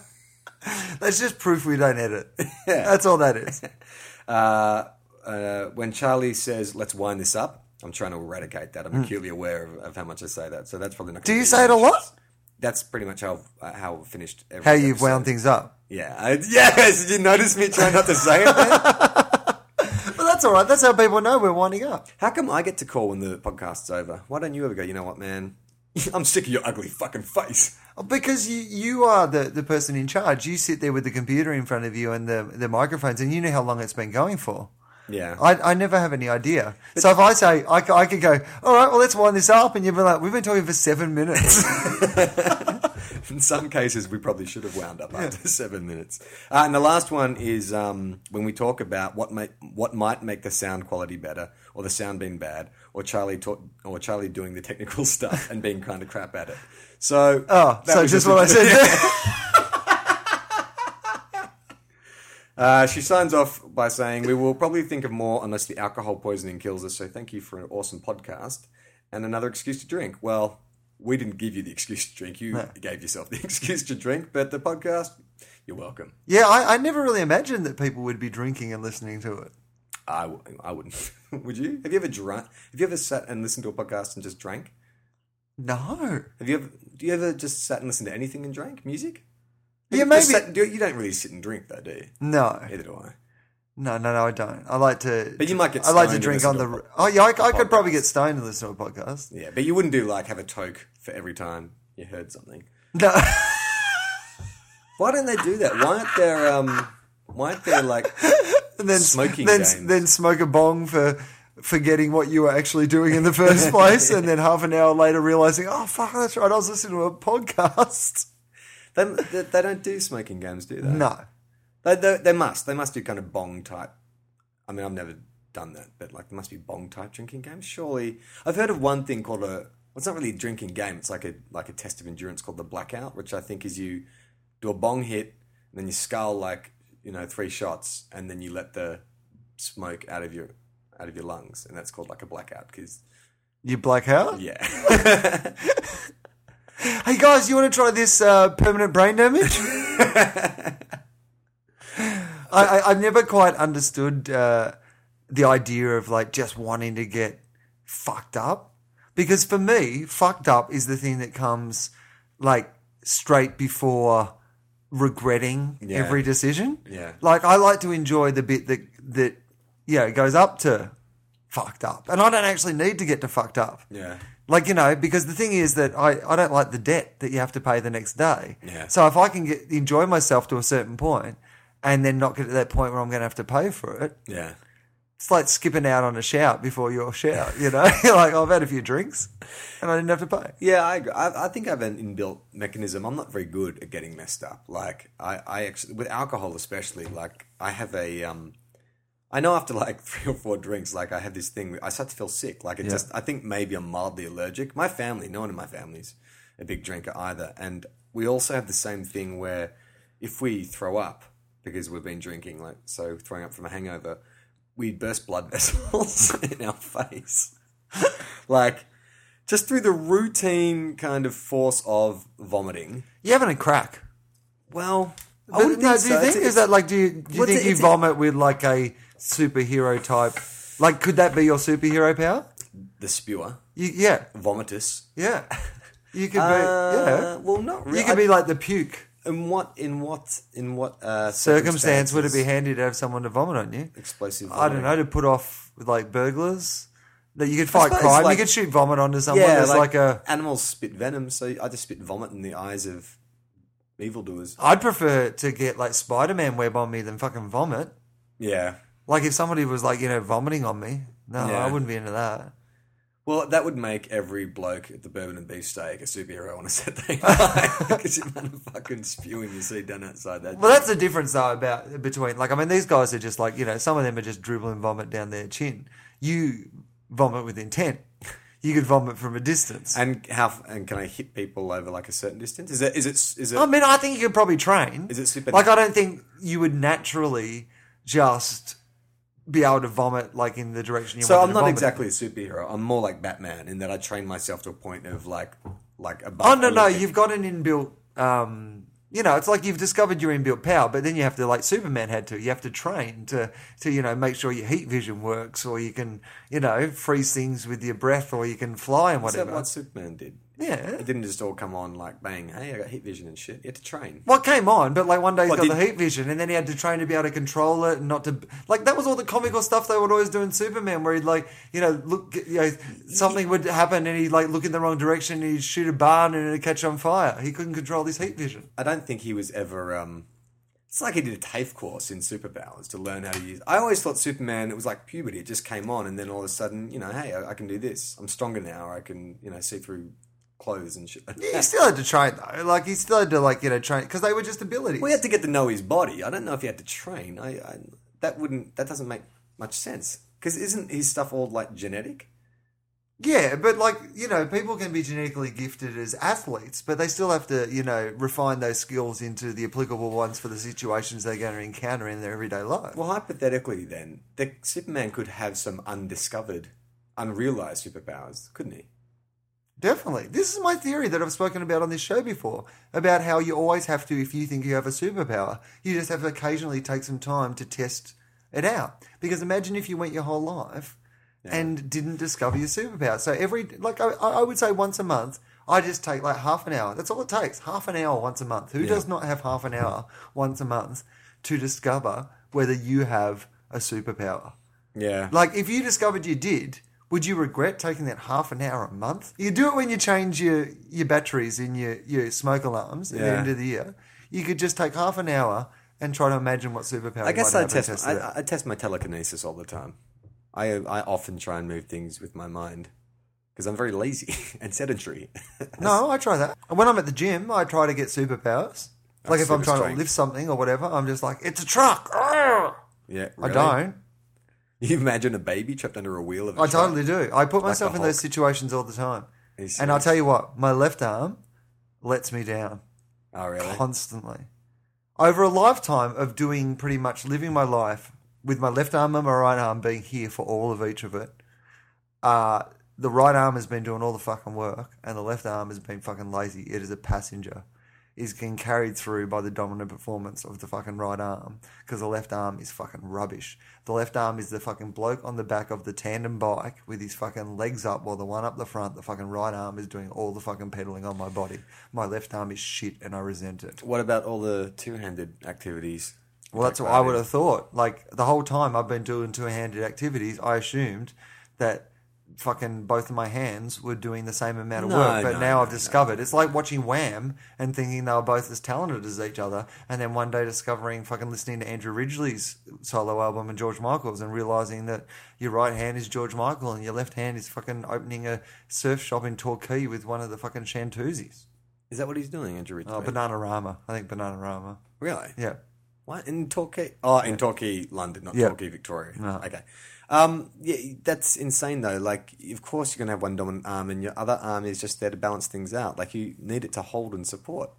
B: That's just proof we don't edit. That's all that is.
A: uh, uh, when Charlie says, "Let's wind this up," I'm trying to eradicate that. I'm acutely aware of, of how much I say that, so that's probably not.
B: Hmm. Do you say it a lot?
A: That's pretty much how uh, how I've finished. Every
B: How you've
A: episode.
B: wound things up.
A: Yeah, I, yes. Did you notice me trying not to say it? man?
B: But that's all right. That's how people know we're winding up.
A: How come I get to call when the podcast's over? Why don't you ever go? You know what, man? I'm sick of your ugly fucking face.
B: Because you, you are the, the person in charge. You sit there with the computer in front of you and the, the microphones, and you know how long it's been going for.
A: Yeah.
B: I, I never have any idea. So if I say, I, c- I could go, all right, well, let's wind this up. And you'd be like, we've been talking for seven minutes.
A: In some cases, we probably should have wound up after seven minutes. Uh, and the last one is um, when we talk about what make, what might make the sound quality better, or the sound being bad, or Charlie talk, or Charlie doing the technical stuff and being kind of crap at it. So,
B: oh,
A: that
B: so
A: was
B: just what I said there.
A: Uh, she signs off by saying, "We will probably think of more unless the alcohol poisoning kills us." So, thank you for an awesome podcast and another excuse to drink. Well, we didn't give you the excuse to drink; you gave yourself the excuse to drink. But the podcast, you're welcome.
B: Yeah, I, I never really imagined that people would be drinking and listening to it.
A: I, w- I wouldn't. Would you? Have you ever drunk? Have you ever sat and listened to a podcast and just drank?
B: No.
A: Have you ever? Do you ever just sat and listened to anything and drank music? Have
B: Yeah,
A: you just
B: maybe-
A: sat and do, you don't really sit and drink though, do you?
B: No.
A: Neither do I.
B: No, no, no, I don't. I like to.
A: But you might get
B: I like to
A: stoned
B: drink
A: and
B: on
A: listen
B: the.
A: to a
B: oh, yeah, I, I could probably
A: podcast.
B: get stoned and listen to a podcast.
A: Yeah, but you wouldn't do like have a toke for every time you heard something.
B: No.
A: Why don't they do that? Why aren't there? Um, why aren't there like?
B: and then
A: Smoking
B: then
A: games.
B: then smoke a bong for forgetting what you were actually doing in the first place, and then half an hour later realizing, oh fuck, that's right, I was listening to a podcast.
A: They, they, they don't do smoking games, do they?
B: No.
A: They, they, they must. They must do kind of bong type. I mean, I've never done that, but like there must be bong type drinking games. Surely, I've heard of one thing called a. well, It's not really a drinking game. It's like a like a test of endurance called the blackout, which I think is you do a bong hit and then you scull like you know three shots and then you let the smoke out of your out of your lungs, and that's called like a blackout because
B: You black out?
A: yeah.
B: Hey guys, you want to try this uh, permanent brain damage? I, I, I've never quite understood uh, the idea of like just wanting to get fucked up because for me, fucked up is the thing that comes like straight before regretting
A: Yeah.
B: every decision.
A: Yeah.
B: like I like to enjoy the bit that that yeah goes up to fucked up, and I don't actually need to get to fucked up.
A: Yeah.
B: Like, you know, because the thing is that I, I don't like the debt that you have to pay the next day.
A: Yeah.
B: So if I can get, enjoy myself to a certain point and then not get to that point where I'm going to have to pay for it,
A: Yeah.
B: it's like skipping out on a shout before your shout, you know? You're like, I've had a few drinks and I didn't have to pay.
A: Yeah, I, agree. I I think I have an inbuilt mechanism. I'm not very good at getting messed up. Like I, I actually with alcohol especially, like I have a um I know after like three or four drinks, like I have this thing I start to feel sick. Like it
B: Yeah.
A: just I think maybe I'm mildly allergic. My family, no one in my family's a big drinker either. And we also have the same thing where if we throw up because we've been drinking, like so throwing up from a hangover, we burst blood vessels in our face. like just through the routine kind of force of vomiting.
B: You having a crack.
A: Well, I
B: But
A: wouldn't
B: no,
A: think
B: do you
A: so.
B: think,
A: It's-
B: is that like, do you, do you
A: What's
B: think
A: it-
B: you
A: it's-
B: vomit with like a superhero type, like, could that be your superhero power?
A: the spewer,
B: You, yeah.
A: vomitus?
B: Yeah. You could be,
A: Uh,
B: yeah.
A: Well, not really.
B: You could be like the puke.
A: in what in what in what uh,
B: circumstance would it be
A: circumstances?
B: handy to have someone to vomit on you?
A: Explosive.
B: I don't
A: vomiting?
B: know to put off like burglars that you could fight
A: suppose,
B: crime.
A: like-
B: you could shoot vomit onto someone. There's like, a.
A: animals spit venom, so I just spit vomit in the eyes of evildoers.
B: I'd prefer to get like Spider Man web on me than fucking vomit.
A: Yeah.
B: Like if somebody was like you know vomiting on me, no,
A: Yeah.
B: I wouldn't be into that.
A: Well, that would make every bloke at the Bourbon and Beefsteak a superhero on a Saturday night because the amount of fucking spewing you see done outside that.
B: Well, that's the difference though about between like I mean these guys are just like you know some of them are just dribbling vomit down their chin. You vomit with intent. You could vomit from a distance.
A: And how and can I hit people over like a certain distance? Is it is it is it
B: I mean, I think you could probably train.
A: Is it super-
B: Like, I don't think you would naturally just be able to vomit like in the direction you.
A: So
B: wanted
A: I'm
B: to
A: not
B: vomit.
A: exactly a superhero. I'm more like Batman in that I train myself to a point of like like above.
B: Oh no, no,
A: everything.
B: you've got an inbuilt. Um, you know, it's like you've discovered your inbuilt power, but then you have to, like Superman had to, you have to train to, to you know, make sure your heat vision works, or you can, you know, freeze things with your breath, or you can fly and
A: Is that
B: whatever.
A: what Superman did?
B: yeah.
A: It didn't just all come on like bang. Hey, I got heat vision and shit. You had to train.
B: Well, it came on, but like one day he
A: Well,
B: got
A: did-
B: the heat vision, and then he had to train to be able to control it and not to like that was all the comical stuff they would always do in Superman, where he'd like you know look you know something would happen and he'd like look in the wrong direction and he'd shoot a barn and it'd catch on fire. He couldn't control his heat vision.
A: I don't think he was ever. um It's like he did a TAFE course in superpowers to learn how to use. I always thought Superman. It was like puberty. It just came on, and then all of a sudden, you know, hey, I, I can do this. I'm stronger now. I can, you know, see through clothes and shit.
B: He still had to train though, like he still had to like you know train because they were just abilities.
A: We had to get to know his body. I don't know if he had to train. I, I that wouldn't that doesn't make much sense because isn't his stuff all like genetic?
B: Yeah, but like you know, people can be genetically gifted as athletes, but they still have to you know refine those skills into the applicable ones for the situations they're going to encounter in their everyday life.
A: Well, hypothetically, then the Superman could have some undiscovered, unrealized superpowers, couldn't he?
B: Definitely. This is my theory that I've spoken about on this show before about how you always have to, if you think you have a superpower, you just have to occasionally take some time to test it out. Because imagine if you went your whole life and didn't discover your superpower. So every, like, I, I would say once a month, I just take like half an hour. That's all it takes, half an hour once a month. Who does not have half an hour once a month to discover whether you have a superpower?
A: Yeah.
B: Like, if you discovered you did, would you regret taking that half an hour a month? You do it when you change your, your batteries in your, your smoke alarms at the
A: Yeah.
B: end of the year. You could just take half an hour and try to imagine what superpower.
A: I guess
B: you might
A: I
B: have and
A: test.
B: test it out.
A: I, I test my telekinesis all the time. I I often try and move things with my mind because I'm very lazy and sedentary.
B: No, I try that. And when I'm at the gym, I try to get superpowers. Like
A: That's
B: if I'm
A: super
B: trying
A: strength.
B: to lift something or whatever, I'm just like, it's a truck. Arrgh!
A: yeah,
B: I
A: really?
B: don't.
A: You imagine a baby trapped under a wheel of a
B: I
A: truck?
B: totally do. I put myself
A: the
B: in those situations all the time.
A: Are you serious?
B: And I'll tell you what, my left arm lets me down
A: Oh, really?
B: constantly. Over a lifetime of doing pretty much living my life with my left arm and my right arm being here for all of each of it, uh, the right arm has been doing all the fucking work and the left arm has been fucking lazy. It is a passenger. Is getting carried through by the dominant performance of the fucking right arm because the left arm is fucking rubbish. The left arm is the fucking bloke on the back of the tandem bike with his fucking legs up while the one up the front, the fucking right arm is doing all the fucking pedaling on my body. My left arm is shit and I resent it.
A: What about all the two-handed activities?
B: Well, that's what I would have thought. Like the whole time I've been doing two-handed activities, I assumed that fucking both of my hands were doing the same amount of
A: No,
B: work. But
A: no,
B: now
A: no,
B: I've discovered it's like watching Wham and thinking they were both as talented as each other, and then one day discovering fucking listening to Andrew Ridgely's solo album and George Michael's, and realizing that your right hand is George Michael and your left hand is fucking opening a surf shop in Torquay with one of the fucking Shantuzies.
A: Is that what he's doing, Andrew Ridgely?
B: Oh, Bananarama, I think Bananarama.
A: really?
B: Yeah.
A: What in Torquay? Oh, in Torquay, London, not
B: Yeah.
A: Torquay, Victoria.
B: No.
A: Okay, um, yeah, that's insane though. Like, of course, you're gonna have one dominant arm, and your other arm is just there to balance things out. Like, you need it to hold and support.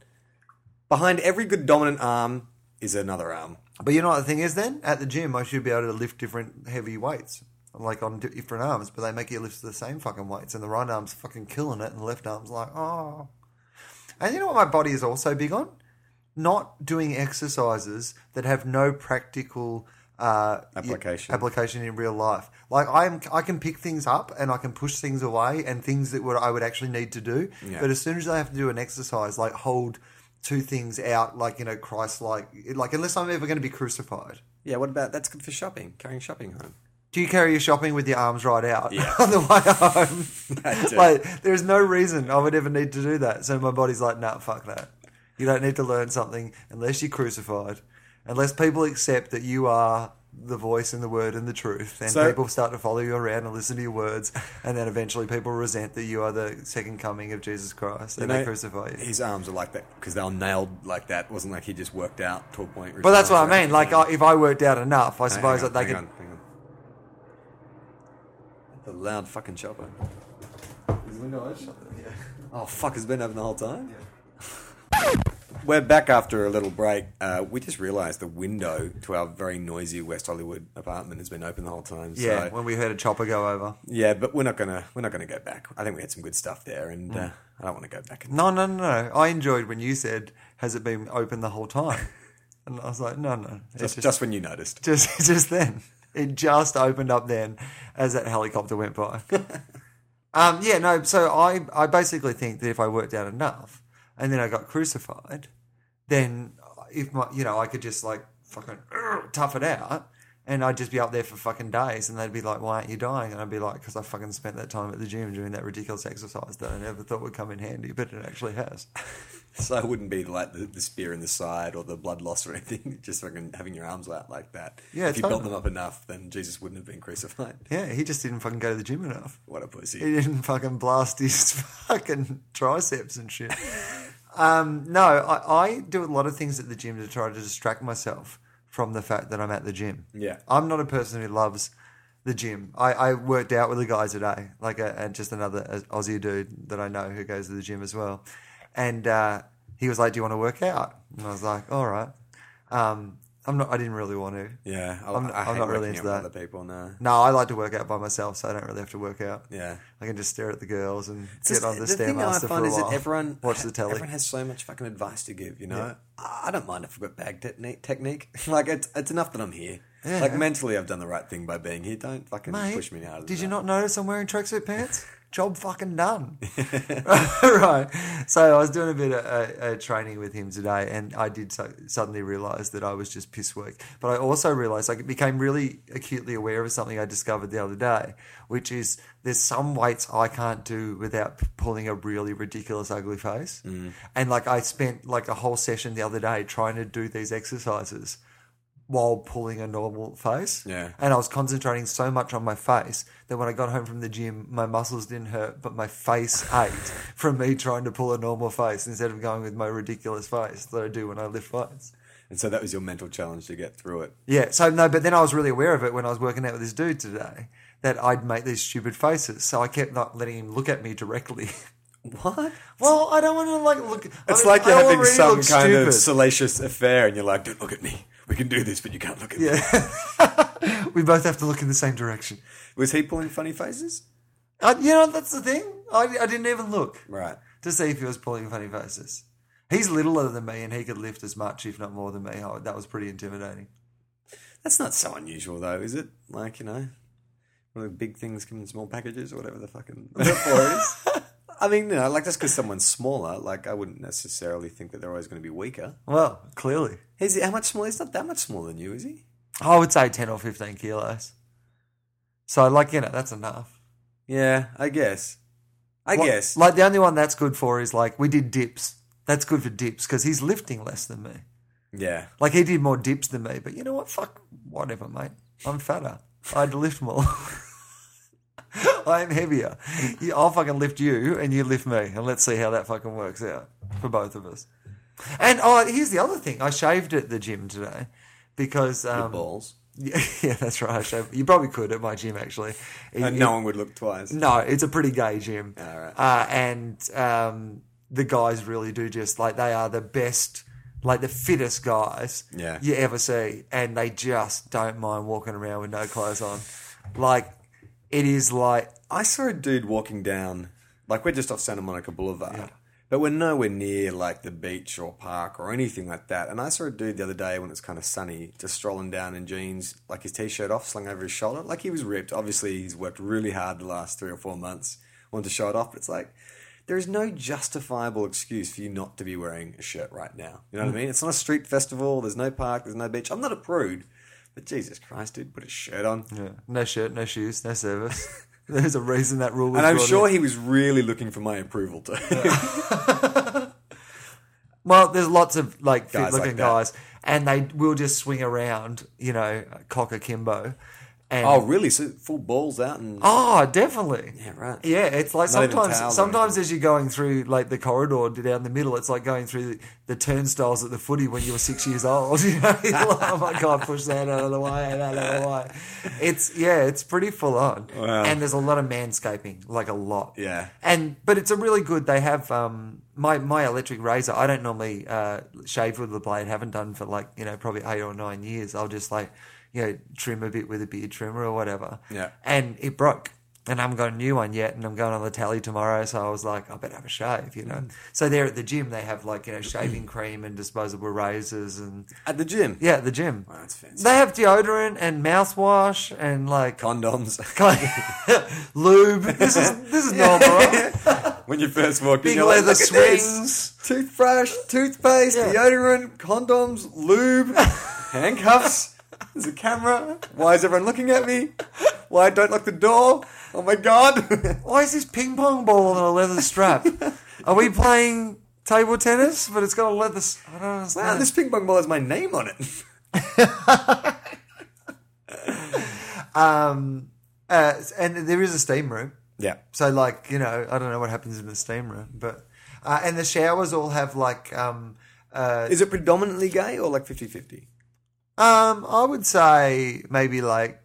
A: Behind every good dominant arm is another arm.
B: But you know what the thing is then? At the gym, I should be able to lift different heavy weights, like on di- different arms, but they make you lift the same fucking weights, and the right arm's fucking killing it, and the left arm's like, oh. And you know what my body is also big on? Not doing exercises that have no practical uh,
A: Application.
B: application in real life. Like I'm, I can pick things up and I can push things away and things that would I would actually need to do.
A: Yeah.
B: But as soon as I have to do an exercise, like hold two things out, like you know, Christ, like like unless I'm ever going to be crucified.
A: Yeah. What about that's good for shopping, carrying shopping home.
B: Do you carry your shopping with your arms right out
A: Yeah.
B: on the way home?
A: I do.
B: like, there's no reason I would ever need to do that. So my body's like, nah, fuck that. You don't need to learn something unless you're crucified, unless people accept that you are the voice and the word and the truth. Then
A: So-
B: people start to follow you around and listen to your words, and then eventually people resent that you are the second coming of Jesus Christ, and
A: You
B: they
A: know,
B: crucify you.
A: His arms are like that because they were nailed like that. It wasn't like he just worked out to a point. where
B: But
A: his
B: that's what
A: arms
B: I
A: were
B: mean. Like, I, if I worked out enough, I
A: Hang
B: suppose
A: on,
B: that they
A: hang
B: could.
A: on, hang on. The loud fucking chopper. Is the window open? Oh fuck! It's been open the whole time. We're back after a little break. Uh, we just realised the window to our very noisy West Hollywood apartment has been open the whole time. So,
B: Yeah, when we heard a chopper go over.
A: yeah, but we're not gonna we're not gonna go back. I think we had some good stuff there, and uh, I don't want to go back. And,
B: No, no, no, no. I enjoyed when you said, "Has it been open the whole time?" And I was like, "No, no, it's
A: just,
B: just
A: just when you noticed,
B: just just then. It just opened up then, as that helicopter went by." um, yeah, no. So I I basically think that if I worked out enough, and then I got crucified, then if my you know I could just like fucking "Ugh," tough it out. And I'd just be up there for fucking days, and they'd be like, "Why aren't you dying?" And I'd be like, "Because I fucking spent that time at the gym doing that ridiculous exercise that I never thought would come in handy, but it actually has."
A: so it wouldn't be like the, the spear in the side or the blood loss or anything. Just fucking having your arms out like that.
B: Yeah,
A: if you built
B: totally.
A: them up enough, then Jesus wouldn't have been crucified.
B: Yeah, he just didn't fucking go to the gym enough.
A: What a pussy.
B: He didn't fucking blast his fucking triceps and shit. um, no, I, I do a lot of things at the gym to try to distract myself from the fact that I'm at the gym.
A: Yeah.
B: I'm not a person who loves the gym. I, I worked out with a guy today, like a, and just another Aussie dude that I know who goes to the gym as well. And uh, he was like, "Do you want to work out?" And I was like, "All right." Um, I'm not. I didn't really want to.
A: Yeah, I,
B: I'm-
A: I
B: I'm
A: hate
B: not really
A: working
B: into
A: out with
B: that.
A: Other people, no.
B: No, I like to work out by myself, so I don't really have to work out.
A: Yeah.
B: I can just stare at the girls and
A: Just
B: get on the,
A: the thing
B: stairmaster
A: I
B: for
A: find
B: a
A: is
B: while.
A: that everyone
B: watch the telly.
A: Everyone has so much fucking advice to give. You know, I I don't mind if I've got bag technique. Technique, like it's it's enough that I'm here. Like mentally, I've done the right thing by being here. Don't fucking
B: Mate,
A: push me out of.
B: did
A: the
B: you not notice I'm wearing tracksuit pants? Job fucking done. right. So I was doing a bit of uh, uh, training with him today, and I did so, suddenly realise that I was just piss work. But I also realised I became really acutely aware of something I discovered the other day, which is there's some weights I can't do without p- pulling a really ridiculous ugly face.
A: Mm.
B: And like I spent like a whole session the other day trying to do these exercises while pulling a normal face.
A: Yeah.
B: And I was concentrating so much on my face that when I got home from the gym, my muscles didn't hurt, but my face ached from me trying to pull a normal face instead of going with my ridiculous face that I do when I lift weights.
A: And so that was your mental challenge to get through it.
B: Yeah. So no, but then I was really aware of it when I was working out with this dude today that I'd make these stupid faces. So I kept not letting him look at me directly.
A: What?
B: well, I don't want to like look. I
A: It's
B: don't-
A: like
B: I
A: you're
B: don't
A: having
B: wanna really
A: some
B: look
A: kind of
B: stupid.
A: salacious affair, and you're like, "Don't look at me. We can do this, but you can't look at me."
B: Yeah. we both have to look in the same direction.
A: Was he pulling funny faces?
B: I, you know, that's the thing. I, I didn't even look
A: Right.
B: to see if he was pulling funny faces. He's littler than me and he could lift as much, if not more than me. Oh, that was pretty intimidating.
A: That's not so unusual, though, is it? Like you know, one of the big things come in small packages or whatever the fucking metaphor is. I mean, you know, like just because someone's smaller, like I wouldn't necessarily think that they're always going to be weaker.
B: Well, clearly.
A: Is he, how much smaller? He's not that much smaller than you, is he?
B: I would say 10 or 15 kilos. So, like, you know, that's enough.
A: Yeah, I guess. I
B: Like-
A: guess.
B: Like, the only one that's good for is like, we did dips. That's good for dips because he's lifting less than me.
A: yeah.
B: Like, he did more dips than me, but you know what? Fuck, whatever, mate. I'm fatter. I'd lift more. I'm heavier. You- I'll fucking lift you and you lift me, and let's see how that fucking works out for both of us. And oh, here's the other thing I shaved at the gym today because. Um,
A: Balls.
B: Yeah, yeah, that's right. I shaved. You probably could at my gym, actually. It-
A: And no one would look twice.
B: it- no, it's a pretty gay gym.
A: All right.
B: Uh, and um, the guys really do just like they are the best, like the fittest guys
A: Yeah.
B: you ever see, and they just don't mind walking around with no clothes on. Like it is like
A: I saw a dude walking down, like we're just off Santa Monica Boulevard, but we're nowhere near like the beach or park or anything like that. And I saw a dude the other day when it's kind of sunny, just strolling down in jeans, like his t-shirt off, slung over his shoulder, like he was ripped. Obviously, he's worked really hard the last three or four months, wanted to show it off. But it's like there is no justifiable excuse for you not to be wearing a shirt right now. You know what I mean? It's not a street festival. There's no park. There's no beach. I'm not a prude, but Jesus Christ, dude, put a shirt on.
B: no shirt, no shoes, no service. There's a reason that rule was.
A: And I'm
B: brought in.
A: sure he was really looking for my approval too.
B: Well, there's lots of like fit
A: Guys like
B: looking
A: that.
B: guys, and they will just swing around, you know, cock akimbo. And
A: oh, really? So full balls out and
B: Oh, definitely.
A: yeah, right.
B: Yeah, it's like
A: Not even towels or
B: sometimes sometimes
A: anything.
B: as you're going through like the corridor down the middle, it's like going through the, the turnstiles at the footy when you were six years old. You know, You're like, oh my god, push that out of the way, that out of the way. It's yeah, it's pretty full on.
A: Wow.
B: And there's a lot of manscaping, like a lot.
A: Yeah.
B: And but it's a really good. They have um my my electric razor. I don't normally uh, shave with the blade. Haven't done for like you know probably eight or nine years. I'll just like you know trim a bit with a beard trimmer or whatever.
A: Yeah.
B: And it broke. And I haven't got a new one yet, and I'm going on the tally tomorrow. So I was like, I better have a shave, you know.
A: Mm.
B: So there at the gym, they have like you know shaving cream and disposable razors, and
A: At the gym.
B: yeah, at the gym
A: Wow, that's fancy.
B: they have deodorant and mouthwash and like
A: Condoms.
B: lube. This is this is normal. right?
A: when you first walk in,
B: Big
A: you're like,
B: leather
A: Look at this.
B: swings.
A: toothbrush, toothpaste,
B: Yeah.
A: deodorant, condoms, lube, handcuffs. There's a camera. Why is everyone looking at me? Why I don't lock the door? Oh my god!
B: Why is this ping pong ball on a leather strap? Are we playing table tennis? But it's got a leather. s- I don't understand.
A: wow, this ping pong ball has my name on it.
B: um, uh, and there is a steam room.
A: Yeah.
B: So like you know, I don't know what happens in the steam room, but uh, and the showers all have like um, uh,
A: Is it predominantly gay or like 50-50?
B: um, I would say maybe like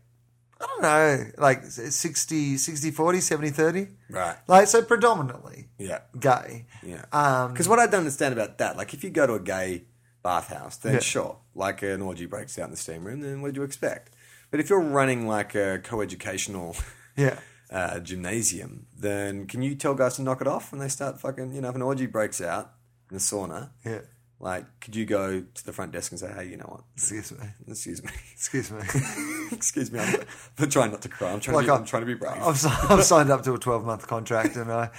B: I don't know, like 60, 60 40, 70 30.
A: Right.
B: Like so predominantly
A: Yeah. Uh,
B: gay.
A: Yeah.
B: Um,
A: Because what I don't understand about that, like if you go to a gay bathhouse, then
B: Yeah.
A: sure, like an orgy breaks out in the steam room, then what do you expect? But if you're running like a co-educational
B: yeah.
A: uh, gymnasium, then can you tell guys to knock it off when they start fucking, you know, if an orgy breaks out in the sauna,
B: Yeah.
A: like could you go to the front desk and say, hey, you know what,
B: Excuse me.
A: excuse me,
B: Excuse me.
A: excuse me, I'm, I'm trying not to cry, I'm trying,
B: Like
A: to, be,
B: I'm-
A: I'm trying to be brave.
B: I've, si- I've signed up to a 12 month contract and I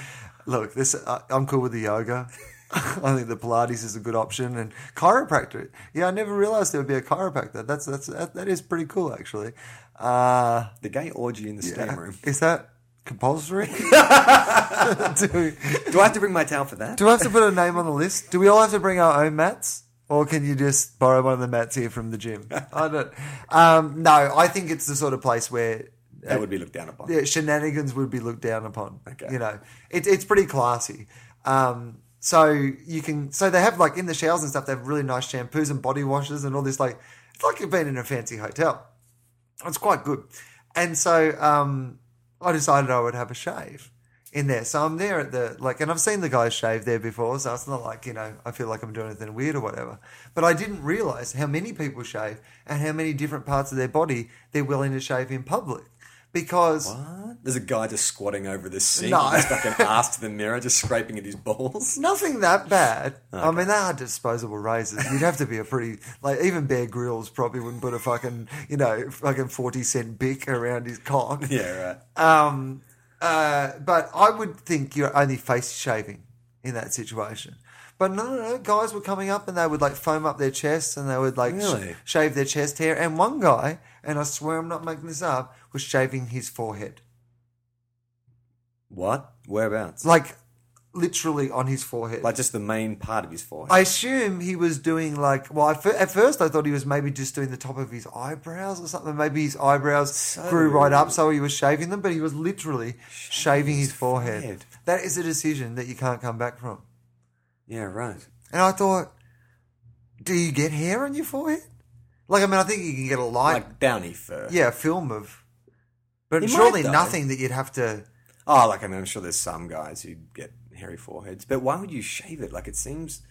B: look, this I, I'm cool with the yoga. I think the Pilates is a good option and chiropractor. Yeah, I never realized there would be a chiropractor. That's that's that, that is pretty cool actually. Uh,
A: the gay orgy in the steam room.
B: is that compulsory? do,
A: Do I have to bring my towel for that?
B: do I have to put a name on the list? Do we all have to bring our own mats? Or can you just borrow one of the mats here from the gym? I don't. Um, no, I think it's the sort of place where
A: That would be looked down upon.
B: yeah, shenanigans would be looked down upon.
A: Okay.
B: You know, it, it's pretty classy. Um, so you can, so they have like in the showers and stuff, they have really nice shampoos and body washes and all this. Like, it's like you've been in a fancy hotel. It's quite good. And so um, I decided I would have a shave in there. So I'm there at the, like, and I've seen the guys shave there before. So it's not like, you know, I feel like I'm doing anything weird or whatever. But I didn't realize how many people shave and how many different parts of their body they're willing to shave in public. Because
A: What? There's a guy just squatting over this sink,
B: No.
A: just fucking ass to the mirror, just scraping at his balls.
B: It's nothing that bad. I mean, they are disposable razors. You'd have to be a pretty like even Bear Grylls probably wouldn't put a fucking you know fucking forty cent bick around his cock.
A: Yeah, right.
B: Um, uh, but I would think you're only face shaving in that situation. But no, no, no. Guys were coming up and they would like foam up their chests and they would like sh-
A: Really?
B: shave their chest hair. And one guy, and I swear I'm not making this up, was shaving his forehead,
A: What? Whereabouts? Like,
B: like literally on his forehead.
A: just the main part of his forehead.
B: I assume he was doing like well. At, fir- at first, I thought he was maybe just doing the top of his eyebrows or something. Maybe his eyebrows grew right up, so he was shaving them. But he was literally shaving his forehead.
A: forehead.
B: That is a decision that you can't come back from.
A: yeah, right.
B: And I thought, do you get hair on your forehead? Like, I mean, I think you can get a light,
A: Like downy fur.
B: yeah, film of, but
A: You might,
B: surely
A: though.
B: nothing that you'd have to.
A: Oh, like I mean, I'm sure there's some guys who get hairy foreheads, but why would you shave it? Like it seems.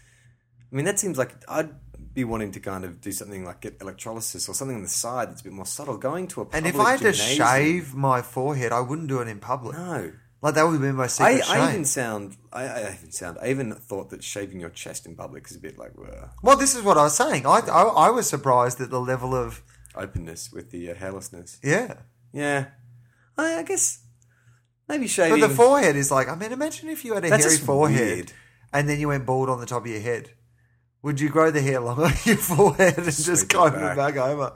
A: I mean, that seems like I'd be wanting to kind of do something like get electrolysis or something on the side that's a bit more subtle. Going to a
B: And
A: public
B: if I had to
A: gymnasium-
B: shave my forehead, I wouldn't do it in public.
A: no.
B: Like that would be my
A: I,
B: secret
A: I
B: shame.
A: even sound. I, I even sound. I even thought that shaving your chest in public is a bit like uh,
B: Well, this is what I was saying. I, I I was surprised at the level of
A: openness with the uh, hairlessness.
B: yeah.
A: Yeah, I, I guess maybe
B: But
A: shaving.
B: the forehead is like I mean, imagine if you had a
A: That's
B: hairy
A: just
B: forehead
A: weird.
B: and then you went bald on the top of your head. Would you grow the hair long on your forehead and just
A: Sweep it
B: comb it
A: back.
B: back over?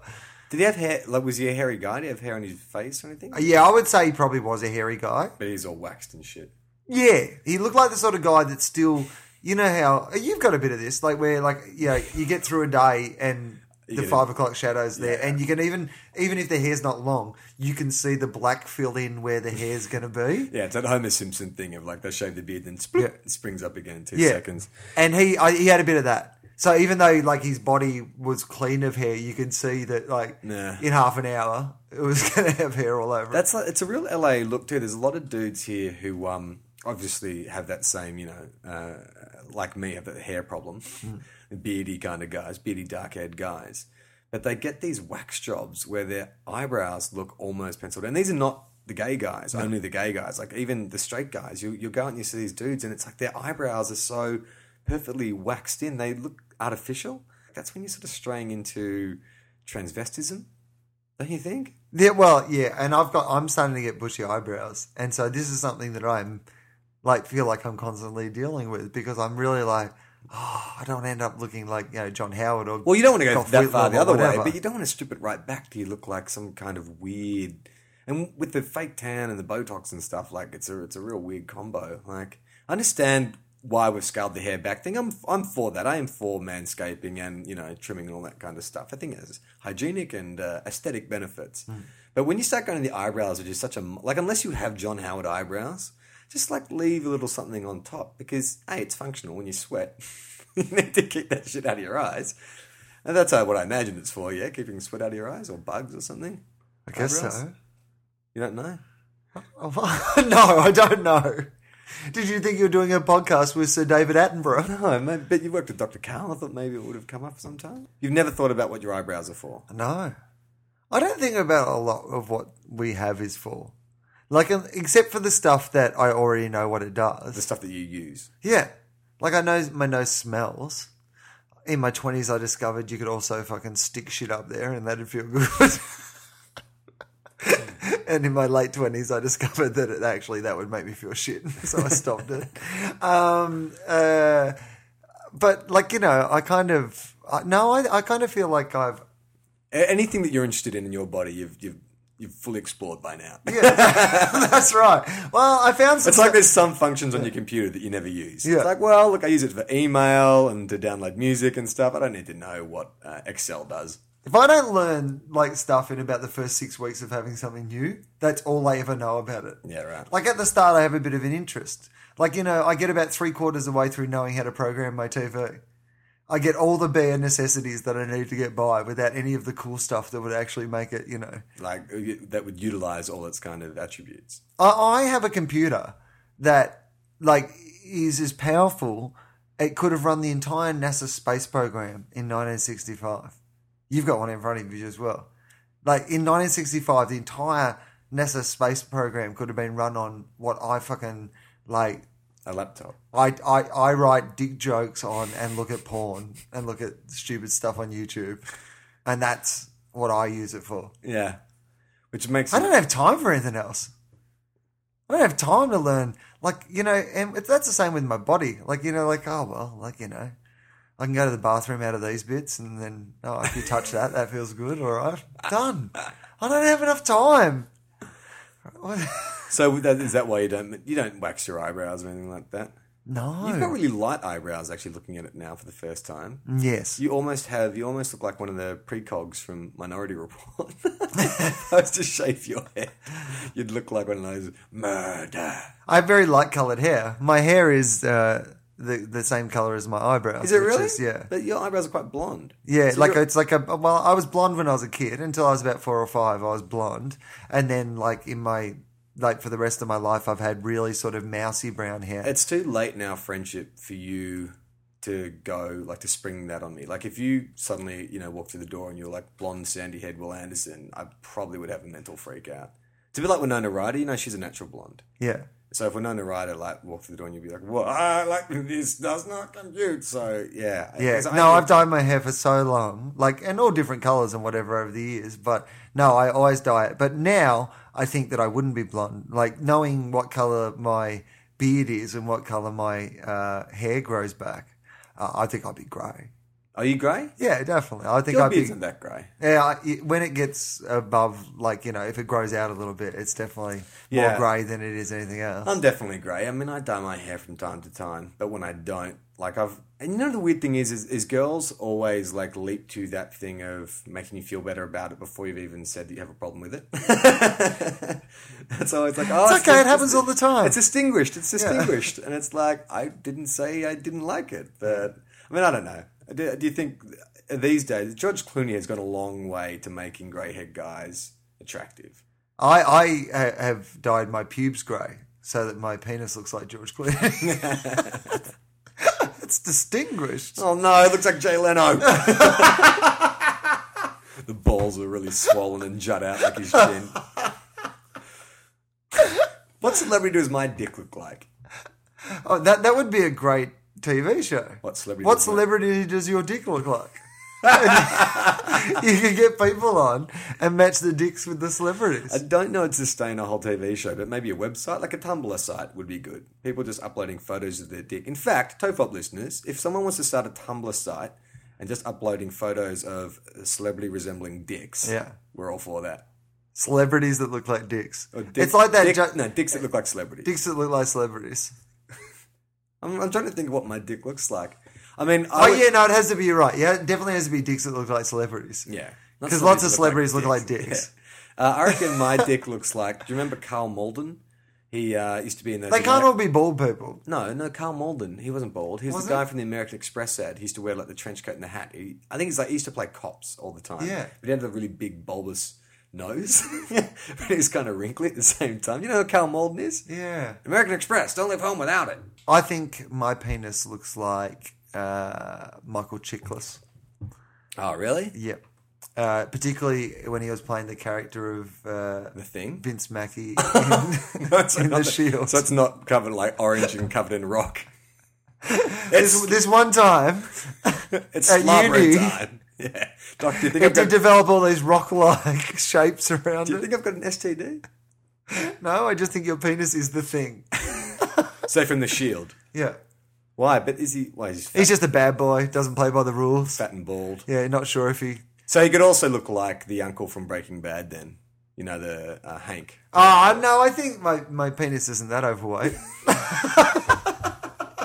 A: Did he have hair? Like, was he a hairy guy? Did he have hair on his face or anything?
B: Yeah, I would say he probably was a hairy guy.
A: But he's all waxed and shit.
B: Yeah, he looked like the sort of guy that still, you know how you've got a bit of this, like where like you know, you get through a day and
A: You
B: the
A: get a-
B: five o'clock shadows there,
A: Yeah.
B: and you can even even if the hair's not long, you can see the black fill in where the hair's going to be.
A: Yeah, it's that Homer Simpson thing of like they shave the beard and split,
B: Yeah.
A: it springs up again in two
B: Yeah.
A: seconds.
B: And he I, he had a bit of that. So even though like his body was clean of hair, you could see that like
A: Nah.
B: in half an hour it was going to have hair all over. it.
A: That's like, it's a real LA look too. There's a lot of dudes here who um obviously have that same you know uh, like me have that hair problem, beardy kind of guys, beardy dark haired guys, but they get these wax jobs where their eyebrows look almost penciled, and these are not. The gay guys, only the gay guys. Like even the straight guys, you you go out and you see these dudes, and it's like their eyebrows are so perfectly waxed in, they look artificial. That's when you're sort of straying into transvestism, don't you think?
B: Yeah, well, yeah, and I've got I'm starting to get bushy eyebrows, and so this is something that I'm like feel like I'm constantly dealing with because I'm really like, oh, I don't want to end up looking like you know John Howard or
A: Well, you don't want to go
B: Gough
A: that
B: Whitlam
A: far the
B: or
A: other way,
B: whatever.
A: but you don't want to strip it right back to you look like some kind of weird. And with the fake tan and the Botox and stuff, like it's a it's a real weird combo. Like I understand why we've scaled the hair back thing. I'm I'm for that. I am for manscaping and you know trimming and all that kind of stuff. I think it's hygienic and uh, aesthetic benefits.
B: Hmm.
A: But when you start going to the eyebrows, which is such a like unless you have John Howard eyebrows, just like leave a little something on top because hey, it's functional when you sweat. you need to keep that shit out of your eyes. And that's uh, what I imagine it's for, yeah? Keeping sweat out of your eyes or bugs or something?
B: I guess
A: eyebrows?
B: so.
A: You don't know?
B: Oh, no, I don't know. Did you think you were doing a podcast with Sir David Attenborough?
A: No, Oh, maybe, but you worked with Dr. Carl. I thought maybe it would have come up sometime. You've never thought about what your eyebrows are for.
B: No, I don't think about a lot of what we have is for, like um, except for the stuff that I already know what it does.
A: The stuff that you use.
B: Yeah. Like I know my nose smells. In my twenties, I discovered you could also fucking stick shit up there, and that'd feel good. and in my late twenties, I discovered that it actually that would make me feel shit, so I stopped it. Um, uh, but like you know, I kind of I, no, I, I kind of feel like I've
A: A- Anything that you're interested in in your body, you've, you've you've fully explored by now.
B: That's right. Well, I found some
A: It's like there's some functions on your computer that you never use.
B: Yeah.
A: It's like, well, look, I use it for email and to download music and stuff. I don't need to know what uh, Excel does.
B: if I don't learn like stuff in about the first six weeks of having something new, that's all I ever know about it.
A: Yeah, right.
B: Like at the start, I have a bit of an interest. Like you know, I get about three quarters of the way through knowing how to program my TV. I get all the bare necessities that I need to get by without any of the cool stuff that would actually make it. You know,
A: Like that would utilize all its kind of attributes.
B: I, I have a computer that like is as powerful. It could have run the entire NASA space program in 1965. You've got one in front of you as well. Like in 1965, the entire NASA space program could have been run on what I fucking like.
A: A laptop.
B: I, I, I write dick jokes on and look at porn and look at stupid stuff on YouTube. And that's what I use it for.
A: Yeah. Which makes
B: I don't have time for anything else. I don't have time to learn. Like, you know, and it- that's the same with my body. Like, you know, like, oh, well, like, you know, I can go to the bathroom out of these bits and then, oh, if you touch that, that feels good. All right. Done. I don't have enough time.
A: So that, is that why you don't you don't wax your eyebrows or anything like that? You've got
B: No.
A: really light eyebrows. Actually, looking at it now for the first time,
B: Yes.
A: you almost have you almost look like one of the precogs from Minority Report. if I was to shave your head, you'd look like one of those murder.
B: I have very light colored hair. My hair is uh, the, the same color as my eyebrows.
A: Is it
B: which
A: really?
B: yeah.
A: But your eyebrows are quite blonde.
B: Yeah,
A: So
B: like
A: you're-
B: it's like a well, I was blonde when I was a kid until I was about four or five. I was blonde, and then like in my like for the rest of my life, I've had really sort of mousy brown hair.
A: it's too late now, friendship, for you to go like to spring that on me. Like if you suddenly you know walk through the door and you're like blonde, sandy head Will Anderson, I probably would have a mental freak out. It's a bit like Winona Ryder. You know, she's a natural blonde.
B: yeah,
A: So if Winona Ryder like walked through the door and you'd be like, "What? I like this does not compute." So yeah,
B: yeah.
A: Because I-
B: No, I've dyed my hair for so long, like and all different colors and whatever over the years. But no, I always dye it. But now I think that I wouldn't be blonde. Like knowing what color my beard is and what color my uh, hair grows back, uh, I think I'd be grey.
A: Are you grey?
B: Yeah, definitely. I think
A: Your
B: I'd
A: beard
B: be
A: isn't that grey.
B: Yeah, I- it- when it gets above, like you know, if it grows out a little bit, it's definitely more
A: Yeah.
B: grey than it is anything else.
A: I'm definitely grey. I mean, I dye my hair from time to time, but when I don't, like I've, and you know, the weird thing is, is, is girls always like leap to that thing of making you feel better about it before you've even said that you have a problem with it. It's always like, oh,
B: It's okay, it
A: just-
B: happens all the time.
A: It's distinguished. It's distinguished, and it's like I didn't say I didn't like it, but I mean, I don't know. Do, do you think these days George Clooney has gone a long way to making grey haired guys attractive?
B: I I ha- have dyed my pubes grey so that my penis looks like George Clooney. it's distinguished.
A: Oh no, it looks like Jay Leno. the balls are really swollen and jut out like his chin. what celebrity does my dick look like?
B: Oh, that that would be a great TV show.
A: What celebrity?
B: What
A: does my-
B: celebrity does your dick look like? you can get people on and match the dicks with the celebrities.
A: I don't know it's sustain a whole TV show, but maybe a website, like a Tumblr site, would be good. People just uploading photos of their dick. In fact, Tofop listeners, if someone wants to start a Tumblr site and just uploading photos of celebrity resembling dicks,
B: Yeah.
A: we're all for that.
B: Celebrities that look like dicks.
A: Or Oh, dick-
B: it's like that.
A: dick-
B: jo-
A: no, dicks that look like celebrities.
B: Dicks that look like celebrities.
A: I'm, I'm trying to think of what my dick looks like. I mean, I
B: Oh
A: would-
B: yeah, no, it has to be you're right. Yeah, it definitely has to be dicks that look like celebrities.
A: yeah,
B: 'Cause lots of celebrities look like dicks.
A: Yeah. Uh, I reckon my dick looks like. Do you remember Carl Malden? He uh, used to be in those.
B: They can't
A: Ameri-
B: all be bald people.
A: No, no, Carl Malden. He wasn't bald. He was,
B: Was
A: the guy
B: he?
A: from the American Express ad. He used to wear like the trench coat and the hat. He, I think he's like he used to play cops all the time.
B: Yeah.
A: but he had a really big bulbous nose, but he was kind of wrinkly at the same time. You know who Carl Malden is?
B: Yeah,
A: American Express. Don't leave home without it.
B: I think my penis looks like uh, Michael Chiklis.
A: Oh, really?
B: Yep. Uh, particularly when he was playing the character of uh,
A: The thing.
B: Vince Mackey in,
A: That's
B: in the
A: another-
B: Shield.
A: So it's not covered like orange and covered in rock.
B: This, this one time,
A: It's
B: At
A: slobbering
B: uni.
A: time. Yeah. Doc, do you think, I've
B: it did
A: got, do
B: develop all these rock-like shapes around
A: you
B: it.
A: think I've got an STD?
B: No, I just think your penis is the thing.
A: Say from the shield.
B: Yeah,
A: Why? But is he? Why is he fat,
B: he's just a bad boy. Doesn't play by the rules.
A: fat and bald?
B: Yeah, not sure if he
A: So he could also look like the uncle from Breaking Bad. Then you know, the uh, Hank.
B: Ah, no, I think my, my penis isn't that overweight.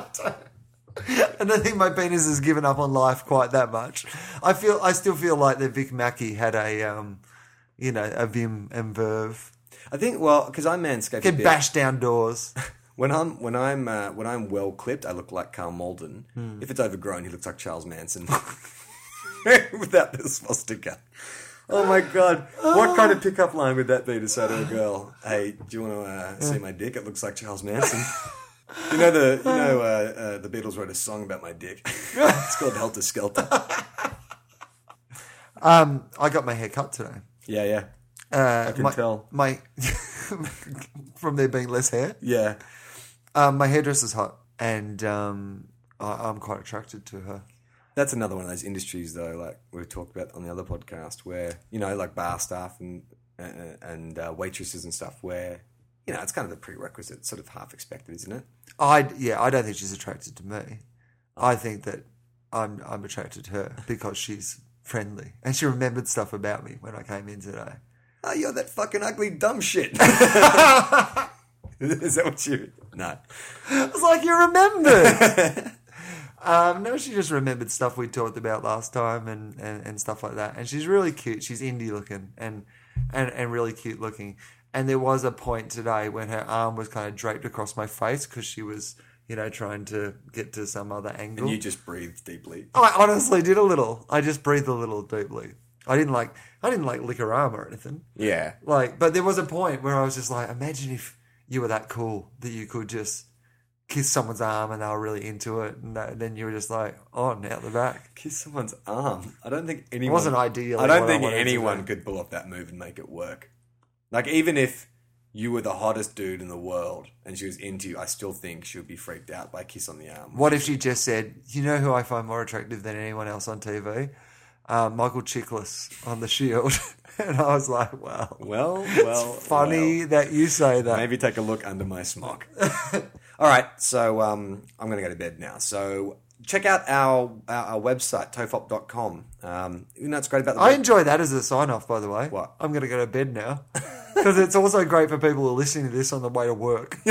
B: I don't think my penis has given up on life quite that much. I feel I still feel like that Vic Mackey had a um, you know, a vim and verve.
A: I think well because I manscaped a
B: Can
A: bit.
B: bash down doors.
A: When I'm when I'm uh, when I'm well clipped, I look like Carl Malden. If it's overgrown, he looks like Charles Manson without the swastika. Oh my god! What kind of pickup line would that be to say to a girl? Hey, do you want to uh, see my dick? It looks like Charles Manson. you know the you know uh, uh, the Beatles wrote a song about my dick. it's called Helter Skelter.
B: Um, I got my hair cut today.
A: Yeah, yeah,
B: Uh, I
A: can
B: my,
A: tell.
B: My from there being less hair.
A: yeah.
B: Um, my hairdresser's hot, and um, I, I'm quite attracted to her.
A: That's another one of those industries, though, like we've talked about on the other podcast, where you know, like bar staff and uh, and uh, waitresses and stuff, where you know, it's kind of the prerequisite, sort of half expected, isn't it?
B: I yeah, I don't think she's attracted to me. I think that I'm I'm attracted to her because she's friendly and she remembered stuff about me when I came in today.
A: Oh, you're that fucking ugly dumb shit. Is that what you? No.
B: I was like, you remembered. um, no, she just remembered stuff we talked about last time and, and, and stuff like that. And she's really cute. She's indie looking and, and and really cute looking. And there was a point today when her arm was kind of draped across my face because she was, you know, trying to get to some other angle.
A: And you just breathe deeply.
B: I honestly did a little. I just breathed a little deeply. I didn't like I didn't like lick her arm or anything.
A: Yeah.
B: Like, but there was a point where I was just like, imagine if you were that cool that you could just kiss someone's arm and they were really into it, and, that, then you were just like, on out the back.
A: Kiss someone's arm. I don't think anyone.
B: wasn't ideally
A: I don't
B: what I
A: think
B: wanted to
A: anyone
B: do.
A: could pull off that move and make it work. Like even if you were the hottest dude in the world and she was into you, I still think she would be freaked out by a kiss on the arm.
B: What if she just said, you know who I find more attractive than anyone else on TV? Uh, Michael Chiklis on The Shield. and I was like, wow.
A: Well, well,
B: Funny that you say that.
A: well. Maybe take a look under my smock. All right, so um, I'm going to go to bed now. So check out our our, our website tofop.com. Um, you know, it's great about the
B: I enjoy that as a sign off, by the way.
A: What?
B: I'm going to go to bed now. Because it's also great for people who are listening to this on the way to work.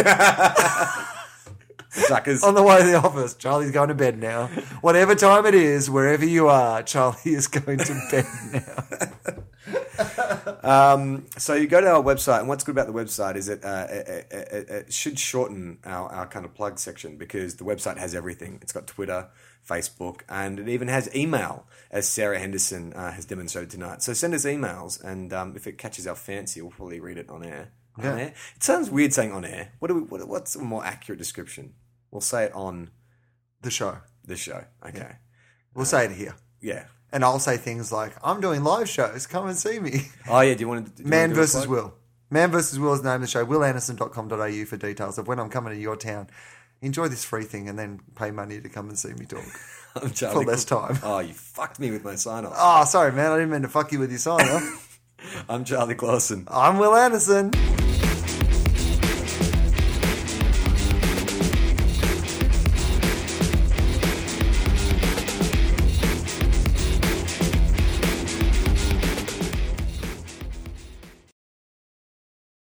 A: suckers.
B: on the way to the office. Charlie's going to bed now. Whatever time it is, wherever you are, Charlie is going to bed now.
A: So you go to our website, and what's good about the website is it uh, it, it- it, it should shorten our, our kind of plug section because the website has everything. It's got Twitter, Facebook, and it even has email, as Sarah Henderson uh, has demonstrated tonight. So send us emails, and um, if it catches our fancy, we'll probably read it on air. On
B: Yeah.
A: air? It sounds weird saying on air. What do we? What, what's a more accurate description? We'll say it on
B: The show.
A: the show. Okay.
B: We'll say it here.
A: Yeah.
B: And I'll say things like, I'm doing live shows. Come and see me.
A: Oh yeah. Do you want to? do you
B: Man
A: wanna do a
B: versus
A: plug?
B: Will. Man versus Will is the name of the show. WillAnderson.com.au for details of when I'm coming to your town. Enjoy this free thing and then pay money to come and see me talk.
A: I'm Charlie
B: for less
A: Cook.
B: time.
A: Oh, you fucked me with my sign off.
B: Ah, Oh, sorry, man. I didn't mean to fuck you with your sign off.
A: I'm Charlie Clausen.
B: I'm Will Anderson.